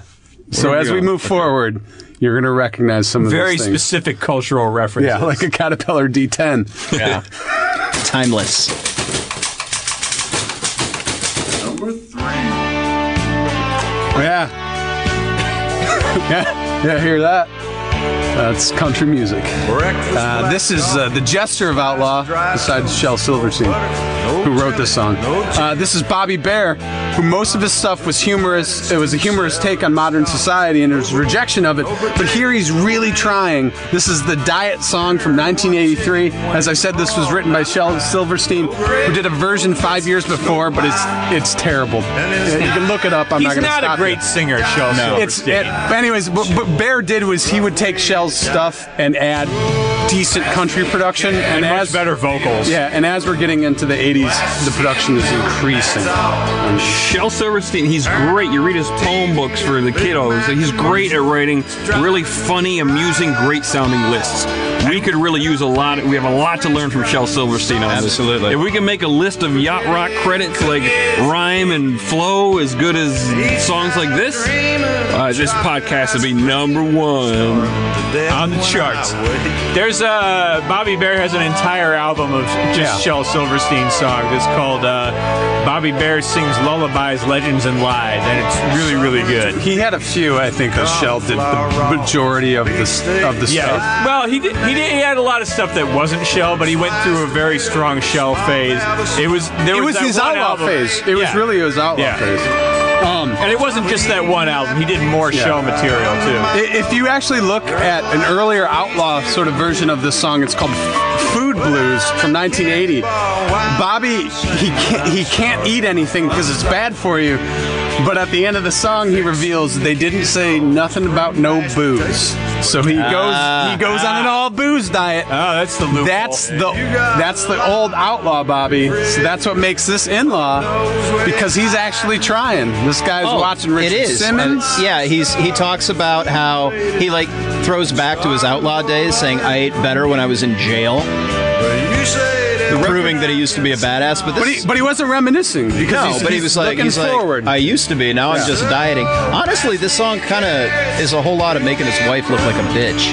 D: So
B: Where are we
D: as we
B: going?
D: move forward, you're going to recognize some of
E: very
D: these things.
E: specific cultural reference.
D: Yeah, like a caterpillar D10.
C: yeah. Timeless.
G: Number three.
D: <laughs> Yeah. yeah. Yeah. Hear that? That's country music.
G: Breakfast.
D: Uh, this is uh, the jester of Outlaw, besides Shel Silverstein, who wrote this song. Uh, this is Bobby Bear, who most of his stuff was humorous. It was a humorous take on modern society and his rejection of it. But here he's really trying. This is the Diet song from 1983. As I said, this was written by Shel Silverstein, who did a version five years before, but it's it's terrible. You can look it up. I'm
E: He's
D: not going to
E: not,
D: stop
E: a great
D: you.
E: singer, Shel
D: It's it, but anyways, what, what Bear did was he would take Shell's stuff and add decent country production, and, as
E: has better vocals.
D: yeah, and as we're getting into the '80s, the production is increasing.
B: Shel Silverstein, he's great. You read his poem books for the kiddos. He's great at writing really funny, amusing, great sounding lists. We could really use a lot. We have a lot to learn from Shel Silverstein on this.
C: Absolutely.
B: If we can make a list of yacht rock credits like rhyme and flow as good as songs like this, uh, this podcast would be number one.
E: on the charts. There's uh, Bobby Bear has an entire album of just
D: Yeah.
E: Shel Silverstein songs. It's called uh, Bobby Bear sings lullabies, legends, and lies, and it's really really good.
D: He had a few, I think, that Shell did the majority of the s- of the
E: Yeah.
D: stuff.
E: Well, he did, he did, he had a lot of stuff that wasn't Shell, but he went through a very strong Shell phase. It was there
D: It was
E: that
D: his
E: one
D: outlaw
E: album-
D: phase. It was
E: Yeah.
D: really his outlaw
E: Yeah.
D: phase. Um,
E: And it wasn't just that one album. He did more show material too.
D: I- If you actually look at an earlier outlaw sort of version of this song, it's called F- Food Blues from 1980. Bobby, he can't, he can't eat anything because it's bad for you. But at the end of the song, he reveals they didn't say nothing about no booze. So he
C: Ah.
D: goes he goes on an all booze diet.
E: Oh, that's the loophole.
D: That's the that's the old outlaw Bobby. So that's what makes this in-law because he's actually trying. This guy's watching Richard
C: Oh, it is.
D: Simmons.
C: Uh, yeah, he's he talks about how he like throws back to his outlaw days, saying I ate better when I was in jail, proving that he used to be a badass. But this,
D: But he, but he wasn't reminiscing because
C: no,
D: he's,
C: but he
D: he's
C: was like,
D: looking
C: he's
D: forward.
C: like, I used to be. Now I'm just dieting. Honestly, this song kind of is a whole lot of making his wife look like a bitch.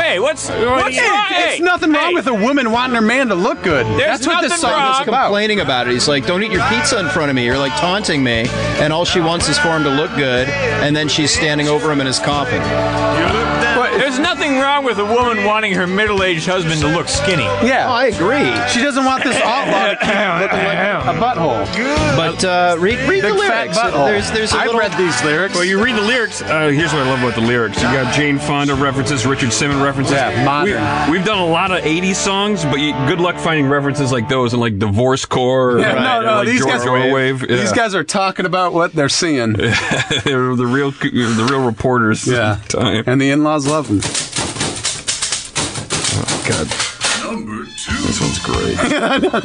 E: Hey, what's what's
D: Hey,
E: wrong?
D: it's
E: hey,
D: nothing wrong
E: hey.
D: with a woman wanting her man to look good. That's what this
E: nothing
D: song
E: wrong.
D: is about.
C: Complaining about it, he's like, "Don't eat your pizza in front of me." You're like taunting me, and all she wants is for him to look good. And then she's standing over him in his coffin.
E: There's nothing wrong with a woman wanting her middle-aged husband to look skinny.
C: Oh,
D: Yeah,
C: I agree.
D: she doesn't want this outlaw to keep looking like a butthole.
C: But uh, read, read the
D: Big fat
C: lyrics.
D: butthole.
C: There's there's a
D: I've
C: little
D: read these lyrics.
B: Well, you read the lyrics. Uh, here's what I love about the lyrics. You got Jane Fonda references, Richard Simmons references.
D: Yeah, modern.
B: We, have done a lot of 80s songs, but you, good luck finding references like those in like Divorce Core. Or,
D: Yeah, no,
B: or,
D: no,
B: like
D: these
B: George
D: guys,
B: Orwell Wave.
D: these
B: Yeah.
D: guys are talking about what they're seeing.
B: They're <laughs> the real uh, the real reporters.
D: Yeah.
B: Time.
D: And the in-laws love them.
B: God,
G: Number two.
B: this one's great.
D: <laughs>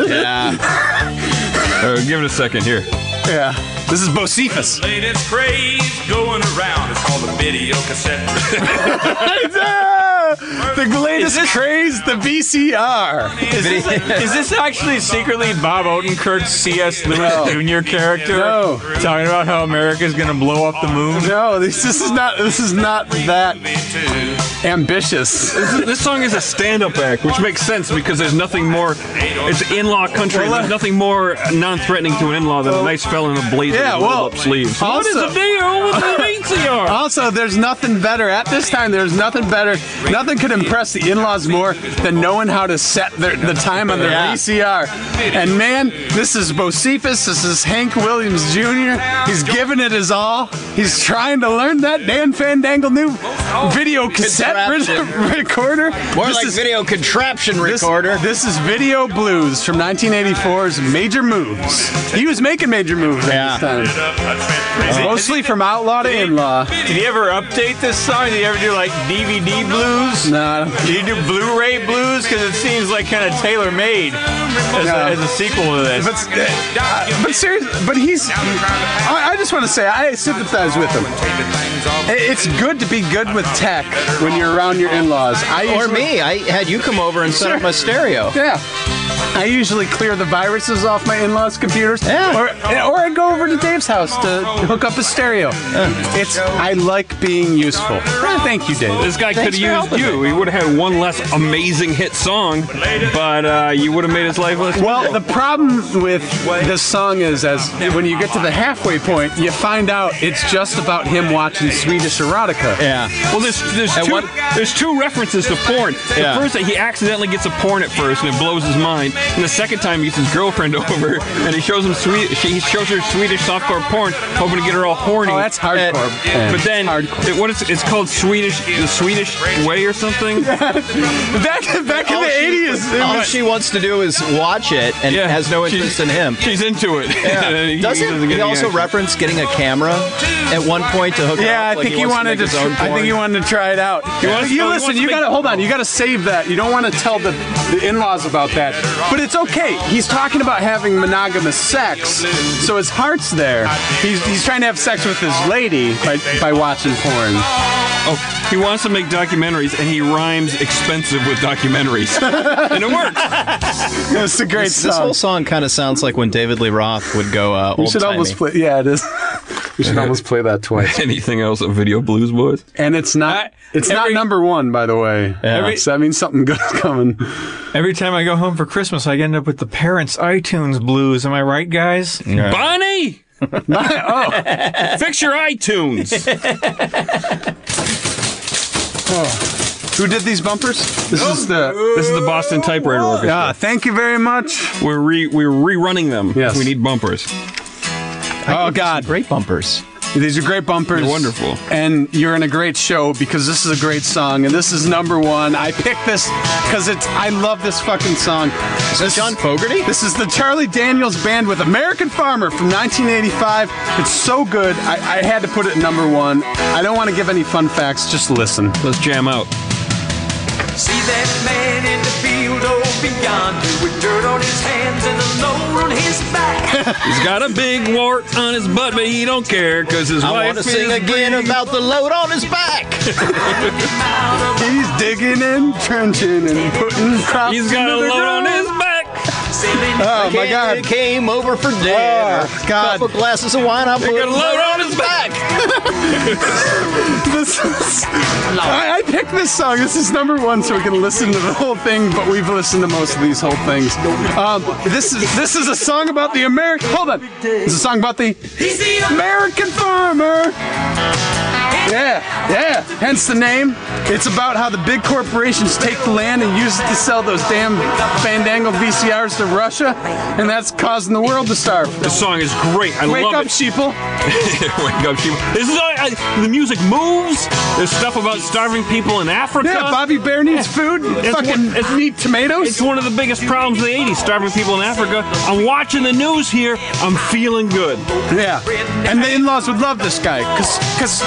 C: Yeah.
B: Uh, give it a second here.
D: Yeah. This is Bocephus.
H: Latest craze going around. It's called a video cassette.
D: Ah, the latest craze, the VCR.
E: Is this, is this actually secretly Bob Odenkirk's C.S. Lewis Jr. character?
D: No.
E: Talking about how America's gonna blow up the moon?
D: No, this, this is not. This is not that ambitious.
B: This song is a stand-up act, which makes sense because there's nothing more. It's in-law country. There's nothing more non-threatening to an in-law than a nice fella in a blazer
D: Yeah,
B: with
D: well,
B: rolled-up sleeves. what is
D: also-
B: the deal with the VCR?
D: Also, there's nothing better at this time. There's nothing better. Nothing could impress the in-laws more than knowing how to set their, the time on their
C: Yeah.
D: VCR. And man, this is Bocephus. This is Hank Williams Jr. He's giving it his all. He's trying to learn that Dan Fandangle new video cassette
C: Contraption.
D: re- <laughs> recorder.
C: More
D: This
C: like
D: is-
C: video contraption
D: this-
C: recorder.
D: This, is Video Blues from 1984's Major Moves. He was making major moves
C: Yeah.
D: at this time. Mostly from outlaw to in-law.
E: Did he ever update this song? Did he ever do like DVD blues?
D: No, I don't-
E: Did he do Blu-ray blues? Because it seems like kind of tailor-made as,
D: No.
E: a, as a sequel to this.
D: But, uh, but seriously, but he's. I, I just want to say I sympathize with him. I- It's good to be good with tech when you're around your in-laws. I
C: or
D: usually- <laughs>
C: me. I had you come over and set up my stereo.
D: Yeah. I usually clear the viruses off my in-laws' computers,
C: Yeah.
D: or or I go over to Dave's house to hook up a stereo. It's I like being useful. Ah, Thank you, Dave.
B: This guy could
C: Thanks for
B: have used
C: helping
B: you. He would have had one less amazing hit song, but uh, you would have made his life less.
D: Well, the problem with this song is, as when you get to the halfway point, you find out it's just about him watching Swedish erotica.
C: Yeah.
B: Well, there's there's
C: At
B: two,
C: what-
B: there's two references to porn.
C: Yeah.
B: The first that he accidentally gets a porn at first and it blows his mind. And the second time he gets his girlfriend <laughs> over and he shows him sweet she he shows her Swedish softcore porn, hoping to get her all horny.
D: Oh, that's hardcore.
B: And- but then
D: It's hardcore.
B: it- what is it's called Swedish the Swedish way or something.
D: <laughs>
B: Oh,
D: Back, back in
C: All
D: <laughs> the
C: she-
D: 80s, it
C: all
D: was-
C: she wants to do is watch it and
B: Yeah.
C: has no
B: She-
C: interest in him.
B: She's into it. <laughs>
C: Yeah.
B: He- he
C: Doesn't
B: get
C: he
B: any
C: also
B: action.
C: reference getting a camera at one point to hook it
D: yeah,
C: up?
D: I
C: like
D: think he,
C: wants
D: wanted
C: to.
D: to.
C: make his own
D: I think
C: porn?
D: he wanted to try it out. You,
B: wants- he wants
D: listen.
B: to
D: You
B: make-
D: got to hold on. You got to save that. You don't want to tell the, the in-laws about that. But it's okay. He's talking about having monogamous sex, so his heart's there. He's, he's trying to have sex with his lady by, by watching porn.
B: <laughs> Oh, he wants to make documentaries and he rhymes expensive with documentaries. <laughs> and it works.
D: It's a great
C: This
D: song.
C: whole song kind of sounds like when David Lee Roth would go uh,
D: we
C: old
D: should almost
C: timey.
D: play. Yeah, it is. <laughs> we should almost play that twice.
B: <laughs> Anything else of Video Blues Boys?
D: And it's not.
E: I-
D: it's
E: every-
D: not number one, by the way.
E: Every-
D: So that means something good's coming.
E: Every time I go home for Christmas, I end up with the parents' iTunes blues. Am I right, guys?
B: Bonnie! <laughs> oh. Fix your iTunes.
D: <laughs> Who did these bumpers? This is the.
B: this is the Boston Typewriter Orchestra.
D: Ah, thank you very much.
B: We're re- we're rerunning them.
D: Yes.
B: We need bumpers.
D: Oh, God.
C: Great bumpers.
D: These are great bumpers.
B: They're wonderful.
D: And you're in a great show because this is a great song and this is number one. I picked this because it's I love this fucking song. Is
C: this John Fogerty?
D: This is the Charlie Daniels Band with American Farmer from 1985. It's so good. I, I had to put it at number one. I don't want to give any fun facts. Just listen.
B: Let's jam out.
I: See that man in the field over beyond you with dirt on his hands and a load on his back.
B: He's got a big wart on his butt, but he don't care because his
C: I
B: wife
C: want to
B: is
C: sing again about the load on his back.
D: He's digging and trenching and putting crops
B: He's got a
D: into the
B: load on
D: ground.
B: his back.
I: Selling
D: Oh my
C: Kid
D: God.
C: Came over for dinner.
D: Oh, God.
C: Couple glasses of wine. I put
B: got a load on his
C: back.
D: This is, I, I picked this song. This is number one, so we can listen to the whole thing. But we've listened to most of these whole things. Um, this is this is a song about the American. Hold on, it's a song about the
I: He's the
D: American farmer. Yeah, yeah. Hence the name. It's about how the big corporations take the land and use it to sell those damn fandangle VCRs to Russia, and that's causing the world to starve.
B: This song is great. I
D: Wake
B: love
D: up,
B: it.
D: sheeple.
B: <laughs> Wake up, sheep. This is all, I, the music moves. There's stuff about starving people in Africa.
D: Yeah, Bobby Bear needs food. Fucking
B: one- it's-
D: meat tomatoes.
B: It's one of the biggest problems of the 80s, starving people in Africa. I'm watching the news here. I'm feeling good.
D: Yeah, and the in-laws would love this guy, cause, cause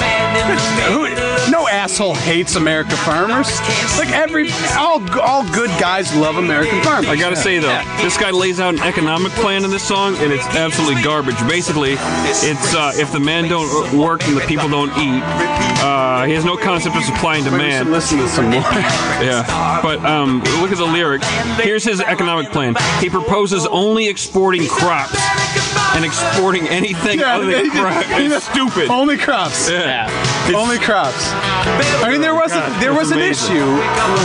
I: man in the
D: who, no asshole hates American farmers. Like every, all, all good guys love American farmers.
B: I gotta say though, this guy lays out an economic plan in this song, and it's absolutely garbage. Basically, it's uh, if the men don't work and the people don't eat, uh, he has no concept of supply and
D: we should
B: demand.
D: listen to some more.
B: <laughs> Yeah, but um, look at the lyric. Here's his economic plan. He proposes only exporting crops and exporting anything
D: Yeah,
B: other than
D: he just-
B: crops.
D: he
B: It's
D: just-
B: stupid.
D: Only crops.
B: Yeah.
D: Only crops. I mean, there was a, there was an
B: amazing.
D: issue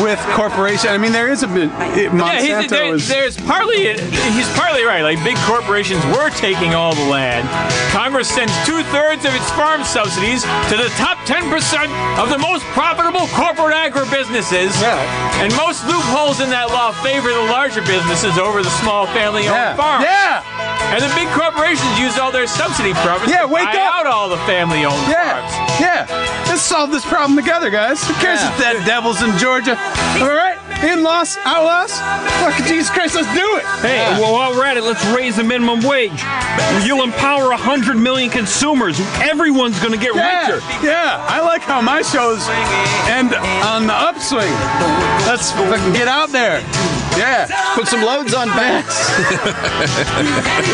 D: with corporation. I mean, there is a bit. It,
E: Yeah,
D: Monsanto
E: he's, there,
D: is.
E: there's partly he's partly right. Like big corporations were taking all the land. Congress sends two thirds of its farm subsidies to the top ten percent of the most profitable corporate agribusinesses.
D: Yeah.
E: And most loopholes in that law favor the larger businesses over the small family-owned
D: yeah.
E: farms.
D: yeah,
E: And the big corporations use all their subsidy profits
D: Yeah,
E: to
D: wake
E: buy
D: up.
E: out all the family-owned farms.
D: yeah, yeah. Let's solve this problem together, guys. Who cares if that devil's in Georgia? All right, in-laws, outlaws. Fucking Jesus Christ, let's do it.
B: Hey, well, while we're at it, let's raise the minimum wage. You'll empower 100 million consumers. Everyone's going to get richer.
D: Yeah, yeah, I like how my shows end on the upswing. Let's fucking get out there. Yeah,
C: Put some loads on
D: <laughs>
C: backs.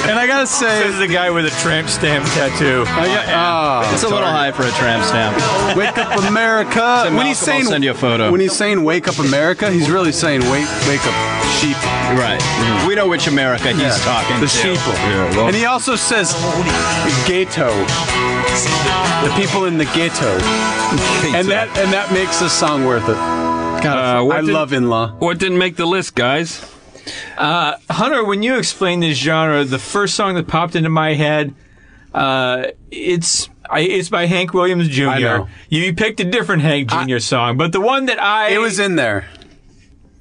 D: and I gotta
E: This
D: say,
E: is the guy with a tramp stamp tattoo.
D: I got-
C: It's a little high for a tramp stamp.
D: oh, wake up America.
C: Malcolm,
D: When he's saying,
C: I'll send you a photo.
D: When he's saying wake up America, he's really saying wake, wake up sheep.
C: Right. We know which America he's
D: Yeah.
C: talking
D: The
C: to.
D: sheeple. And he also says ghetto. The people in the ghetto. And that and that makes this song worth it.
B: Uh, what
D: I
B: did-
D: love in-law.
B: What didn't make the list, guys?
E: Hunter, when you explained this genre, the first song that popped into my head, uh, it's I, it's by Hank Williams Jr.
D: know.
E: You, you picked a different Hank Jr. song, but the one that I
D: It was in there.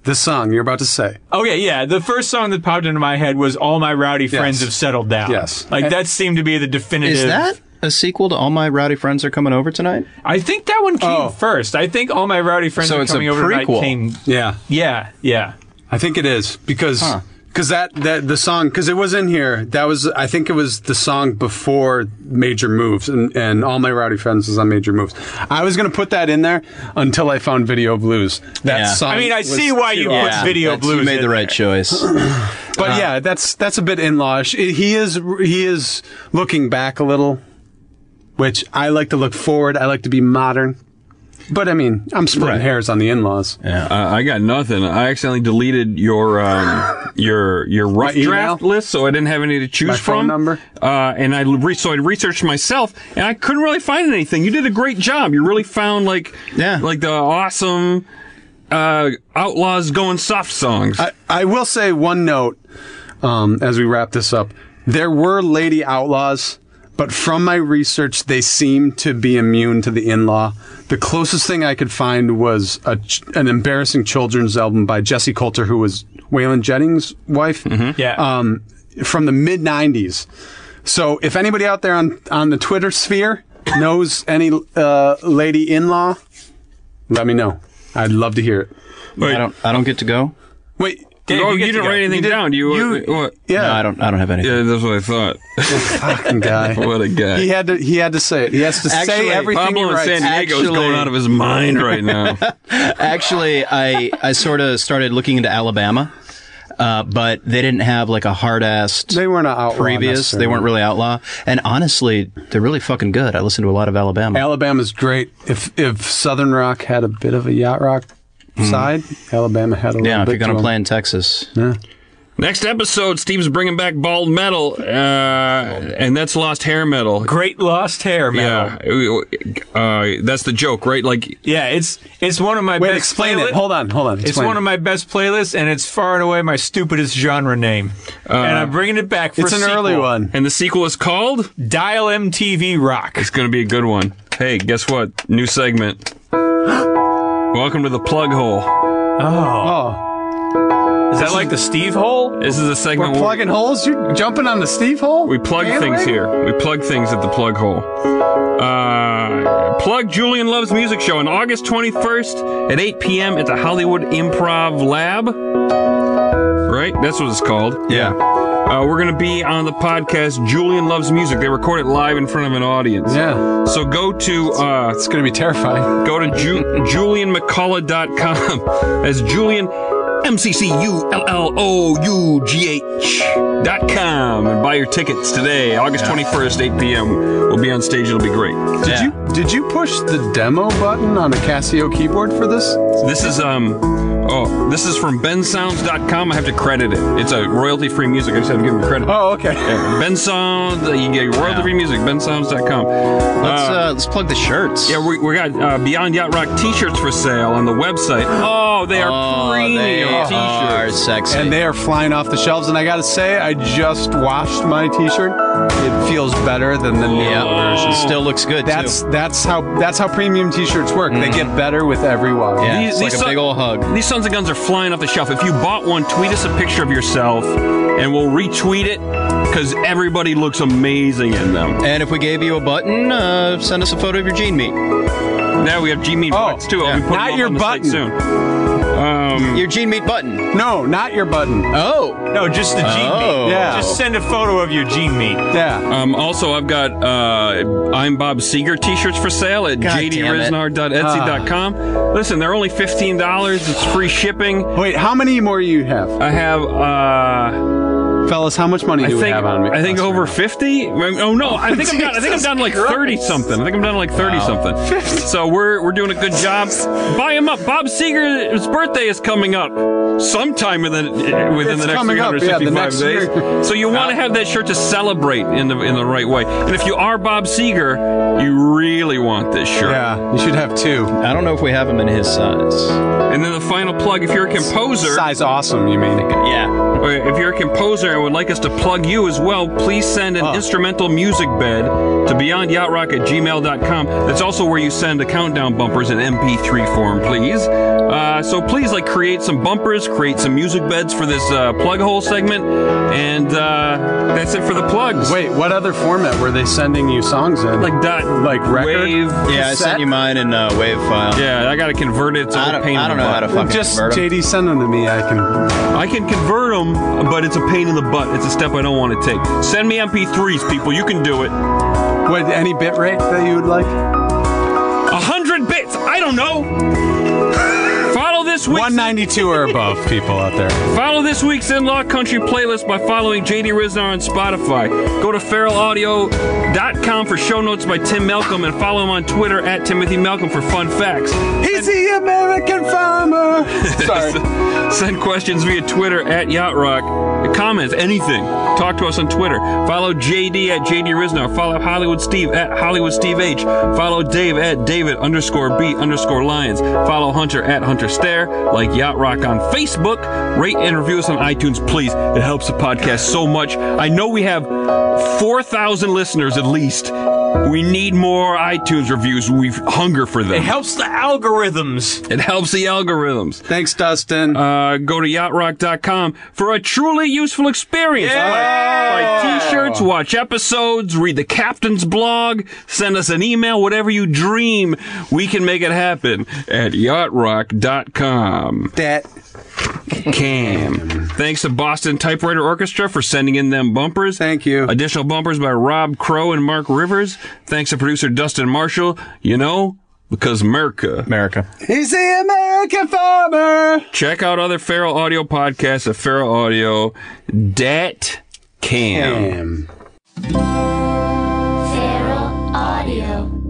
D: The song you're about to say.
E: okay, Oh, yeah, the first song that popped into my head was "All My Rowdy Friends Have Settled Down."
D: Yes.
E: like
D: And-
E: that seemed to be the definitive.
C: Is that a sequel to All My Rowdy Friends Are Coming Over Tonight?
E: I think that one came
D: Oh.
E: first. I think "All My Rowdy Friends
C: So
E: Are
C: it's a
E: Coming Over Tonight"
C: prequel.
E: came.
D: Yeah.
E: Yeah, yeah.
D: I think it is because because that, that the song because it was in here that was I think it was the song before Major Moves and, and all my rowdy friends was on Major Moves. I was gonna put that in there until I found Video Blues. That
C: Yeah.
D: song.
E: I mean, I
D: was
E: see why you
D: too
E: put
D: hard.
E: Yeah. Video
C: that's- You
E: Blues
C: made
E: in
C: the right choice.
D: But yeah, that's that's a bit in lawish. He is he is looking back a little, which I like to look forward. I like to be modern. But I mean, I'm splitting
C: Right.
D: hairs on the in-laws.
B: Uh, I got nothing. I accidentally deleted your um, your your rough
D: email?
B: draft list, so I didn't have any to choose
D: My
B: from.
D: phone number?
B: Uh, and I re- so I researched myself, and I couldn't really find anything. You did a great job. You really found like
C: Yeah.
B: like the awesome uh, outlaws going soft songs.
D: I, I will say one note um, as we wrap this up. There were lady outlaws, but from my research, they seem to be immune to the in law. The closest thing I could find was a, ch- an embarrassing children's album by Jessie Coulter, who was Waylon Jennings' wife
E: Yeah.
D: um, from the mid 90s. So if anybody out there on on the Twitter sphere knows any uh, lady in law, let me know. I'd love to hear it.
C: I don't. I don't get to go.
D: Wait,
B: oh, you didn't write anything down. Do you?
D: you-
B: what?
D: yeah,
C: No, I don't. I don't have anything.
B: Yeah, that's what I thought. <laughs>
C: <laughs>
D: fucking guy.
B: What a guy.
D: He had to. He had to say it. He has to
C: Actually,
D: say everything he
B: Pablo in
D: writes.
B: San Diego is
C: Actually-
B: going out of his mind right now. <laughs>
C: Actually, I I sort of started looking into Alabama, uh, but they didn't have like a hard assed.
D: They weren't an outlaw
C: previous. They
D: necessarily.
C: weren't really outlaw. And honestly, they're really fucking good. I listen to a lot of Alabama.
D: Alabama's great. If if Southern rock had a bit of a yacht rock side, Alabama had a little
C: Hmm. yeah, if
D: bit.
C: you're gonna
D: to
C: play in Texas,
B: Next episode, Steve's bringing back bald metal, uh, and that's lost hair metal.
E: Great lost hair metal.
B: Yeah, uh, that's the joke, right? Like,
E: Yeah, it's it's one of my
D: Wait,
E: best
D: explain
E: playlists.
D: it. Hold on, hold on.
E: It's
D: explain
E: one
D: it.
E: of my best playlists, and it's far and away my stupidest genre name.
B: Uh,
E: and I'm bringing it back for
D: It's
E: a
D: an
E: sequel.
D: early one.
B: and the sequel is called.
E: Dial MTV Rock.
B: It's going to be a good one. Hey, guess what? New
D: <gasps>
B: segment. Welcome to the plug hole.
D: Oh,
E: Is that like the Steve hole?
B: This is a
D: we're
B: segment where
D: plugging holes. You're jumping on the Steve hole.
B: we plug things here. We plug things at the plug hole. Uh, plug Julian Loves Music Show on August 21st at 8 p.m. at the Hollywood Improv Lab. Right? That's what it's called.
D: Yeah.
B: Uh, we're going to be on the podcast Julian Loves Music. They record it live in front of an audience.
D: Yeah.
B: So go to uh,
D: It's gonna be terrifying.
B: go to Ju- julianmccullough.com. <laughs> That's Julian M C C U L L O U G H dot com and buy your tickets today, August twenty first, eight p.m. We'll be on stage. It'll be great.
D: Did you did you push the demo button on a Casio keyboard for this?
B: This is um oh this is from bensounds.com. I have to credit it. It's a royalty free music. I just have to give them credit.
D: Oh, okay.
B: Yeah, Ben Sounds, you get royalty free music, bensounds.com.
C: let's
B: Uh,
C: uh, let's plug the shirts.
B: Yeah, we, we got uh, Beyond Yacht Rock t-shirts for sale on the website. Oh, they are
C: oh,
B: premium
C: they
B: t-shirts.
C: are sexy.
D: And they are flying off the shelves. And I gotta say, I just washed my T-shirt. It feels better than the new
C: yeah,
D: version.
C: still looks good.
D: That's
C: too.
D: that's how that's how premium T-shirts work.
B: Mm.
D: They get better with every wash.
C: yeah,
B: These-
C: it's like
B: these
C: a big
B: so-
C: old hug.
B: These Sons of Guns are flying off the shelf. If you bought one, tweet us a picture of yourself, and we'll retweet it because everybody looks amazing in them.
C: And if we gave you a button, uh, send us a photo of your gene meat.
B: Now we have G-Meat
D: Oh,
B: Bucks, too. I'll be putting
D: Not
B: them up
D: your
B: on the site
D: button.
B: soon. Hmm.
C: Your gene meat button.
D: No, not your button.
C: Oh,
E: No, just the gene
C: Oh.
E: meat.
D: Yeah.
E: Just send a photo of your gene meat.
D: Yeah.
B: Um, also, I've got uh, I'm Bob Seeger t-shirts for sale at
C: God damn it. Ah.
B: jdrisnar.etsy.com. Listen, they're only fifteen dollars. It's free shipping.
D: Wait, how many more you have,
B: I have, uh,
D: fellas? How much money
B: I
D: do we
B: think,
D: have on me?
B: I think
D: us
B: over
D: right
B: fifty. Oh no, I think I'm down. I think I'm down
C: <laughs>
B: to like thirty something. I think I'm down to like thirty something. So we're we're doing a good job. Buy them up. Bob Seeger's birthday is coming up sometime within eh, within
D: It's
B: the next
D: coming up, yeah,
B: 365
D: the next
B: days.
D: year.
B: So you want to have that shirt to celebrate in the in the right way. And if you are Bob Seeger, you really want this shirt.
D: now? Yeah, you should have two.
C: I don't know if we have him in his size.
B: And then the final plug: if you're a composer,
D: Size awesome, you mean?
C: Yeah.
B: Or If you're a composer and would like us to plug you as well, please send an
D: Huh.
B: instrumental music bed to beyondyachtrock at gmail.com. That's also where you send the countdown bumpers in MP3 form, please. Uh, so please, like, create some bumpers, create some music beds for this uh, plug hole segment, and uh, that's it for the plugs.
D: Wait, what other format were they sending you songs in?
B: like that,
D: like record?
B: wave.
C: Yeah, I
D: Cassette?
C: sent you mine in uh, wave file.
B: Yeah, I gotta convert it to
C: I
B: a
C: don't,
B: pain
C: I
B: in
C: don't
B: the
C: know how
B: butt.
C: to fucking
D: just
C: convert 'em.
D: JD send them to me. I can.
B: I can convert them, but it's a pain in the butt. It's a step I don't want to take. Send me MP3s, people. You can do it.
D: What any bit rate that you would like?
B: A hundred bits. I don't know. Follow this week's
D: One ninety two or above, people out there.
B: follow this week's In Law Country playlist by following JD Riznar on Spotify. Go to feralaudio.com for show notes by Tim Malcolm and follow him on Twitter at Timothy Malcolm for fun facts.
D: He's the American farmer. Sorry.
B: Send questions via Twitter at Yacht Rock. Comments, anything. Talk to us on Twitter. Follow JD at JD Riznar. Follow Hollywood Steve at Hollywood Steve H. Follow Dave at David underscore B underscore Lions. Follow Hunter at Hunter Stare. Like Yacht Rock on Facebook. Rate and review us on iTunes, please. It helps the podcast so much. I know we have 4,000 listeners at least We need more iTunes reviews. We hunger for
E: It
B: them.
E: helps the algorithms.
B: It helps the algorithms.
D: <laughs> Thanks, Dustin.
B: Uh, go to yachtrock.com for a truly useful experience. Buy, buy t-shirts, watch episodes, read the captain's blog, send us an email, whatever you dream, we can make it happen at yachtrock.com.
D: that
B: Cam. Thanks to Boston Typewriter Orchestra for sending in them bumpers.
D: Thank you.
B: Additional bumpers by Rob Crow and Mark Rivers. Thanks to producer Dustin Marshall. You know, because Merca.
C: America.
D: he's the American farmer.
B: Check out other Feral Audio podcasts at feralaudio.cam.
D: Damn.
A: Feral Audio.